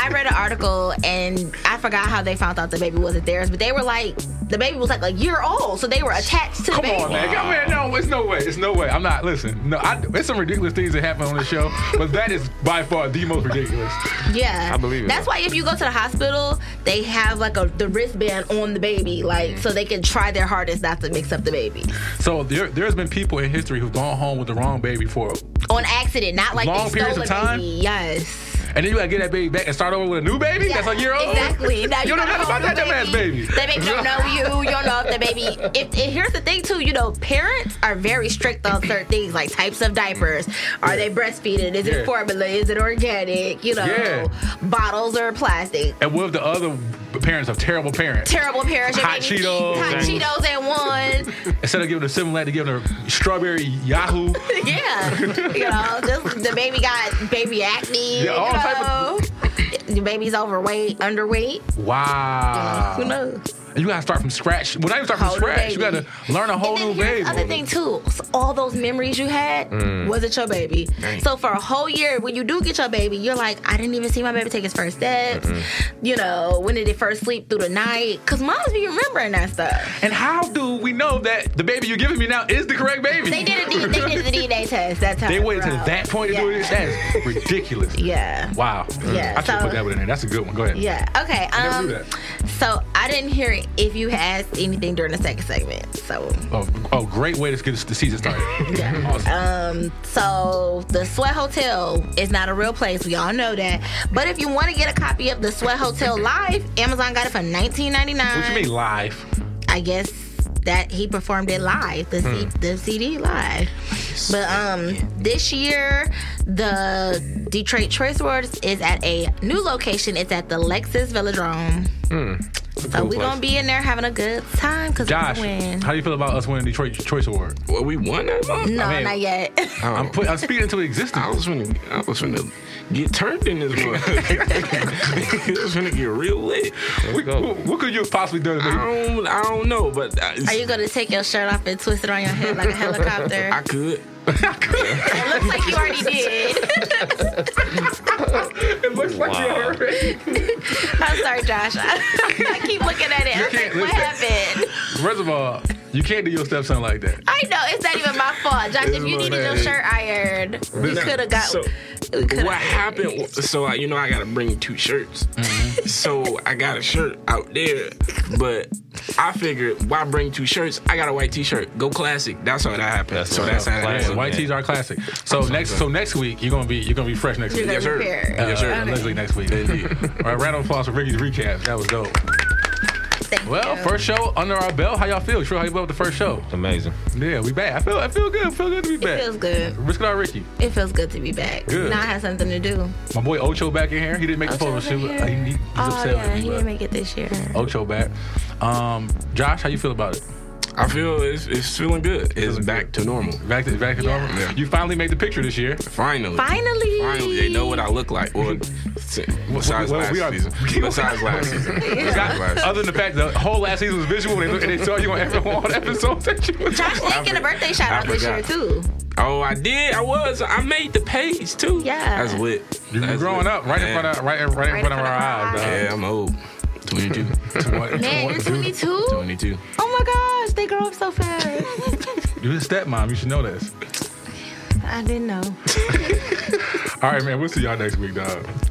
Speaker 3: I read an article and I forgot how they found out the baby wasn't theirs, but they were like, the baby was like a year old, so they were attached to the
Speaker 2: Come
Speaker 3: baby.
Speaker 2: on, man. Come man, no, it's no way. It's no way. I'm not. Listen, no. I, it's some ridiculous things that happen on the show, but that is by far the most ridiculous.
Speaker 3: Yeah,
Speaker 2: I believe it.
Speaker 3: That's why if you go to the hospital, they have like a the wristband on the baby, like so they can try their hardest not to mix up the baby
Speaker 2: So there, there's been people in history who've gone home with the wrong baby for,
Speaker 3: on accident, not like
Speaker 2: Long
Speaker 3: they
Speaker 2: periods
Speaker 3: stole
Speaker 2: of
Speaker 3: a
Speaker 2: time?
Speaker 3: Baby. Yes,
Speaker 2: and then you gotta get that baby back and start over with a new baby that's a year old.
Speaker 3: exactly. Now
Speaker 2: you don't know nothing
Speaker 3: gotta
Speaker 2: about
Speaker 3: hold
Speaker 2: that
Speaker 3: the
Speaker 2: dumb ass baby.
Speaker 3: That baby
Speaker 2: *laughs*
Speaker 3: don't know you. You don't know if the baby. If, if- here's the thing too, you know, parents are very strict on certain things like types of diapers. Are they breastfeeding? Is
Speaker 2: Yeah.
Speaker 3: it formula? Is it organic? You know,
Speaker 2: Yeah.
Speaker 3: bottles or plastic.
Speaker 2: And what if the other parents are terrible parents?
Speaker 3: Terrible parents. Your
Speaker 2: Hot
Speaker 3: baby eats
Speaker 2: Cheetos.
Speaker 3: Hot Cheetos
Speaker 2: *laughs*
Speaker 3: and one.
Speaker 2: Instead of giving her Similac, they give her strawberry Yahoo.
Speaker 3: yeah, you know, just the baby got baby acne.
Speaker 2: Yeah, all
Speaker 3: you know.
Speaker 2: type
Speaker 3: the baby's overweight, underweight.
Speaker 2: Wow.
Speaker 3: Who knows?
Speaker 2: And you gotta start from scratch. Well, not even start from
Speaker 3: Whole new
Speaker 2: scratch. You
Speaker 3: baby.
Speaker 2: gotta learn a whole new baby.
Speaker 3: Here's the other thing too, so all those memories you had
Speaker 2: Mm.
Speaker 3: wasn't your baby.
Speaker 2: Dang.
Speaker 3: So for a whole year, when you do get your baby, you're like, I didn't even see my baby take his first steps.
Speaker 2: Mm. Mm-hmm.
Speaker 3: You know, when did it first sleep through the night? Cause moms be remembering that stuff.
Speaker 2: And how do we know that the baby you're giving me now is the correct baby?
Speaker 3: They did a D, they
Speaker 2: *laughs*
Speaker 3: did the DNA test that time.
Speaker 2: They waited
Speaker 3: bro.
Speaker 2: until that point to do this. That's ridiculous.
Speaker 3: Yeah. *laughs*
Speaker 2: Wow. Mm.
Speaker 3: Yeah,
Speaker 2: I should
Speaker 3: so-
Speaker 2: put that one in there. That's a good one. Go ahead.
Speaker 3: Yeah. Okay.
Speaker 2: I never
Speaker 3: Um.
Speaker 2: knew that.
Speaker 3: So I didn't hear if you asked anything during the second segment. So
Speaker 2: Oh, oh, great way to get the season
Speaker 3: *laughs*
Speaker 2: started.
Speaker 3: Um, so the Sweat Hotel is not a real place. We all know that. But if you want to get a copy of the Sweat Hotel live, Amazon got it for $19.99.
Speaker 2: What you mean live?
Speaker 3: I guess that he performed it live, the, C-
Speaker 2: Hmm.
Speaker 3: the CD live. But um, this year, the Detroit Choice Awards is at a new location. It's at the Lexus Velodrome.
Speaker 2: Hmm.
Speaker 3: So we're gonna be in there having a good time because we're
Speaker 2: Josh,
Speaker 3: gonna win.
Speaker 2: how do you feel about us winning Detroit Choice Award?
Speaker 14: Well, we won that
Speaker 3: No, not yet.
Speaker 2: I'm, put, I'm speaking into existence.
Speaker 14: Oh. I was gonna, I was gonna get turned in this *laughs*
Speaker 2: *laughs*
Speaker 14: one. I was gonna get real lit.
Speaker 2: What, what could you have possibly done?
Speaker 14: I don't, I don't know, but I,
Speaker 3: Are you gonna take your shirt off and twist it on your head like a helicopter?
Speaker 14: *laughs* I could.
Speaker 3: It looks like you already did.
Speaker 2: *laughs* it looks
Speaker 14: like you Wow.
Speaker 2: already.
Speaker 3: *laughs* I'm sorry, Josh. *laughs* I keep looking at
Speaker 2: You
Speaker 3: it. I'm like,
Speaker 2: can't
Speaker 3: what happened?
Speaker 2: First of all, you can't do your stepson like that.
Speaker 3: I know it's not even my fault, Josh. If you
Speaker 14: It's
Speaker 3: needed your
Speaker 14: my
Speaker 3: shirt ironed, you
Speaker 14: Now,
Speaker 3: could have got.
Speaker 14: so- what happened? So I, you know, I gotta bring two shirts.
Speaker 3: Mm-hmm.
Speaker 14: So I got a shirt out there, but I figured why bring two shirts? I got a white T-shirt. Go classic. That's how that happened. so that's how that
Speaker 2: classic.
Speaker 14: happened.
Speaker 2: White tees are classic. So
Speaker 14: sorry,
Speaker 2: next,
Speaker 14: bro.
Speaker 2: so next week you're gonna be you're gonna be fresh next
Speaker 14: You're gonna
Speaker 2: week.
Speaker 14: Yes, sir. be prepared.
Speaker 2: Uh,
Speaker 14: Yes, sir.
Speaker 2: and Leslie next week. *laughs* All right, round of applause for Ricky's recap. That was dope. well, first show under our belt. How y'all feel? Sure, how you felt with the first show?
Speaker 10: Amazing.
Speaker 2: Yeah, we back. I feel I feel good. I feel good to be back.
Speaker 3: feels good.
Speaker 2: Risk it out, Ricky.
Speaker 3: It feels good to be back.
Speaker 2: Good.
Speaker 3: Now I have something to do.
Speaker 2: My boy Ocho back in here. He didn't make the photo
Speaker 3: Ocho's in
Speaker 2: shoot.
Speaker 3: here.
Speaker 2: He, he- he's
Speaker 3: Oh
Speaker 2: upset
Speaker 3: yeah,
Speaker 2: with
Speaker 3: he
Speaker 2: me.
Speaker 3: didn't make it this year.
Speaker 2: but Ocho back. Um, Josh, how you feel about it?
Speaker 14: I feel it's, it's feeling good. It's back to normal.
Speaker 2: Back to back to normal. You finally made the picture this year.
Speaker 14: Finally.
Speaker 3: Finally.
Speaker 14: Finally, they know what I look like. Or besides
Speaker 2: well,
Speaker 14: last
Speaker 2: we are- *laughs*
Speaker 14: season. Besides last
Speaker 3: *laughs*
Speaker 14: season. Besides last season.
Speaker 2: Other than the fact the whole last season was visual and they, and they saw you on every *laughs* one episode that you was
Speaker 3: Josh
Speaker 14: I
Speaker 3: did get a birthday shout
Speaker 14: I
Speaker 3: out this year
Speaker 14: forgot.
Speaker 3: too.
Speaker 14: Oh, I did. I was. I made the page too.
Speaker 3: Yeah.
Speaker 14: That's lit.
Speaker 2: You're growing up right in front of right, right, in front of our eyes. dog.
Speaker 14: Yeah, I'm old. *laughs* 22.
Speaker 3: Man, you're 22.
Speaker 14: 22.
Speaker 3: Oh my gosh, they grow up so fast.
Speaker 2: You're his stepmom. You should know this.
Speaker 3: I didn't know.
Speaker 2: All right, man. We'll see y'all next week, dog.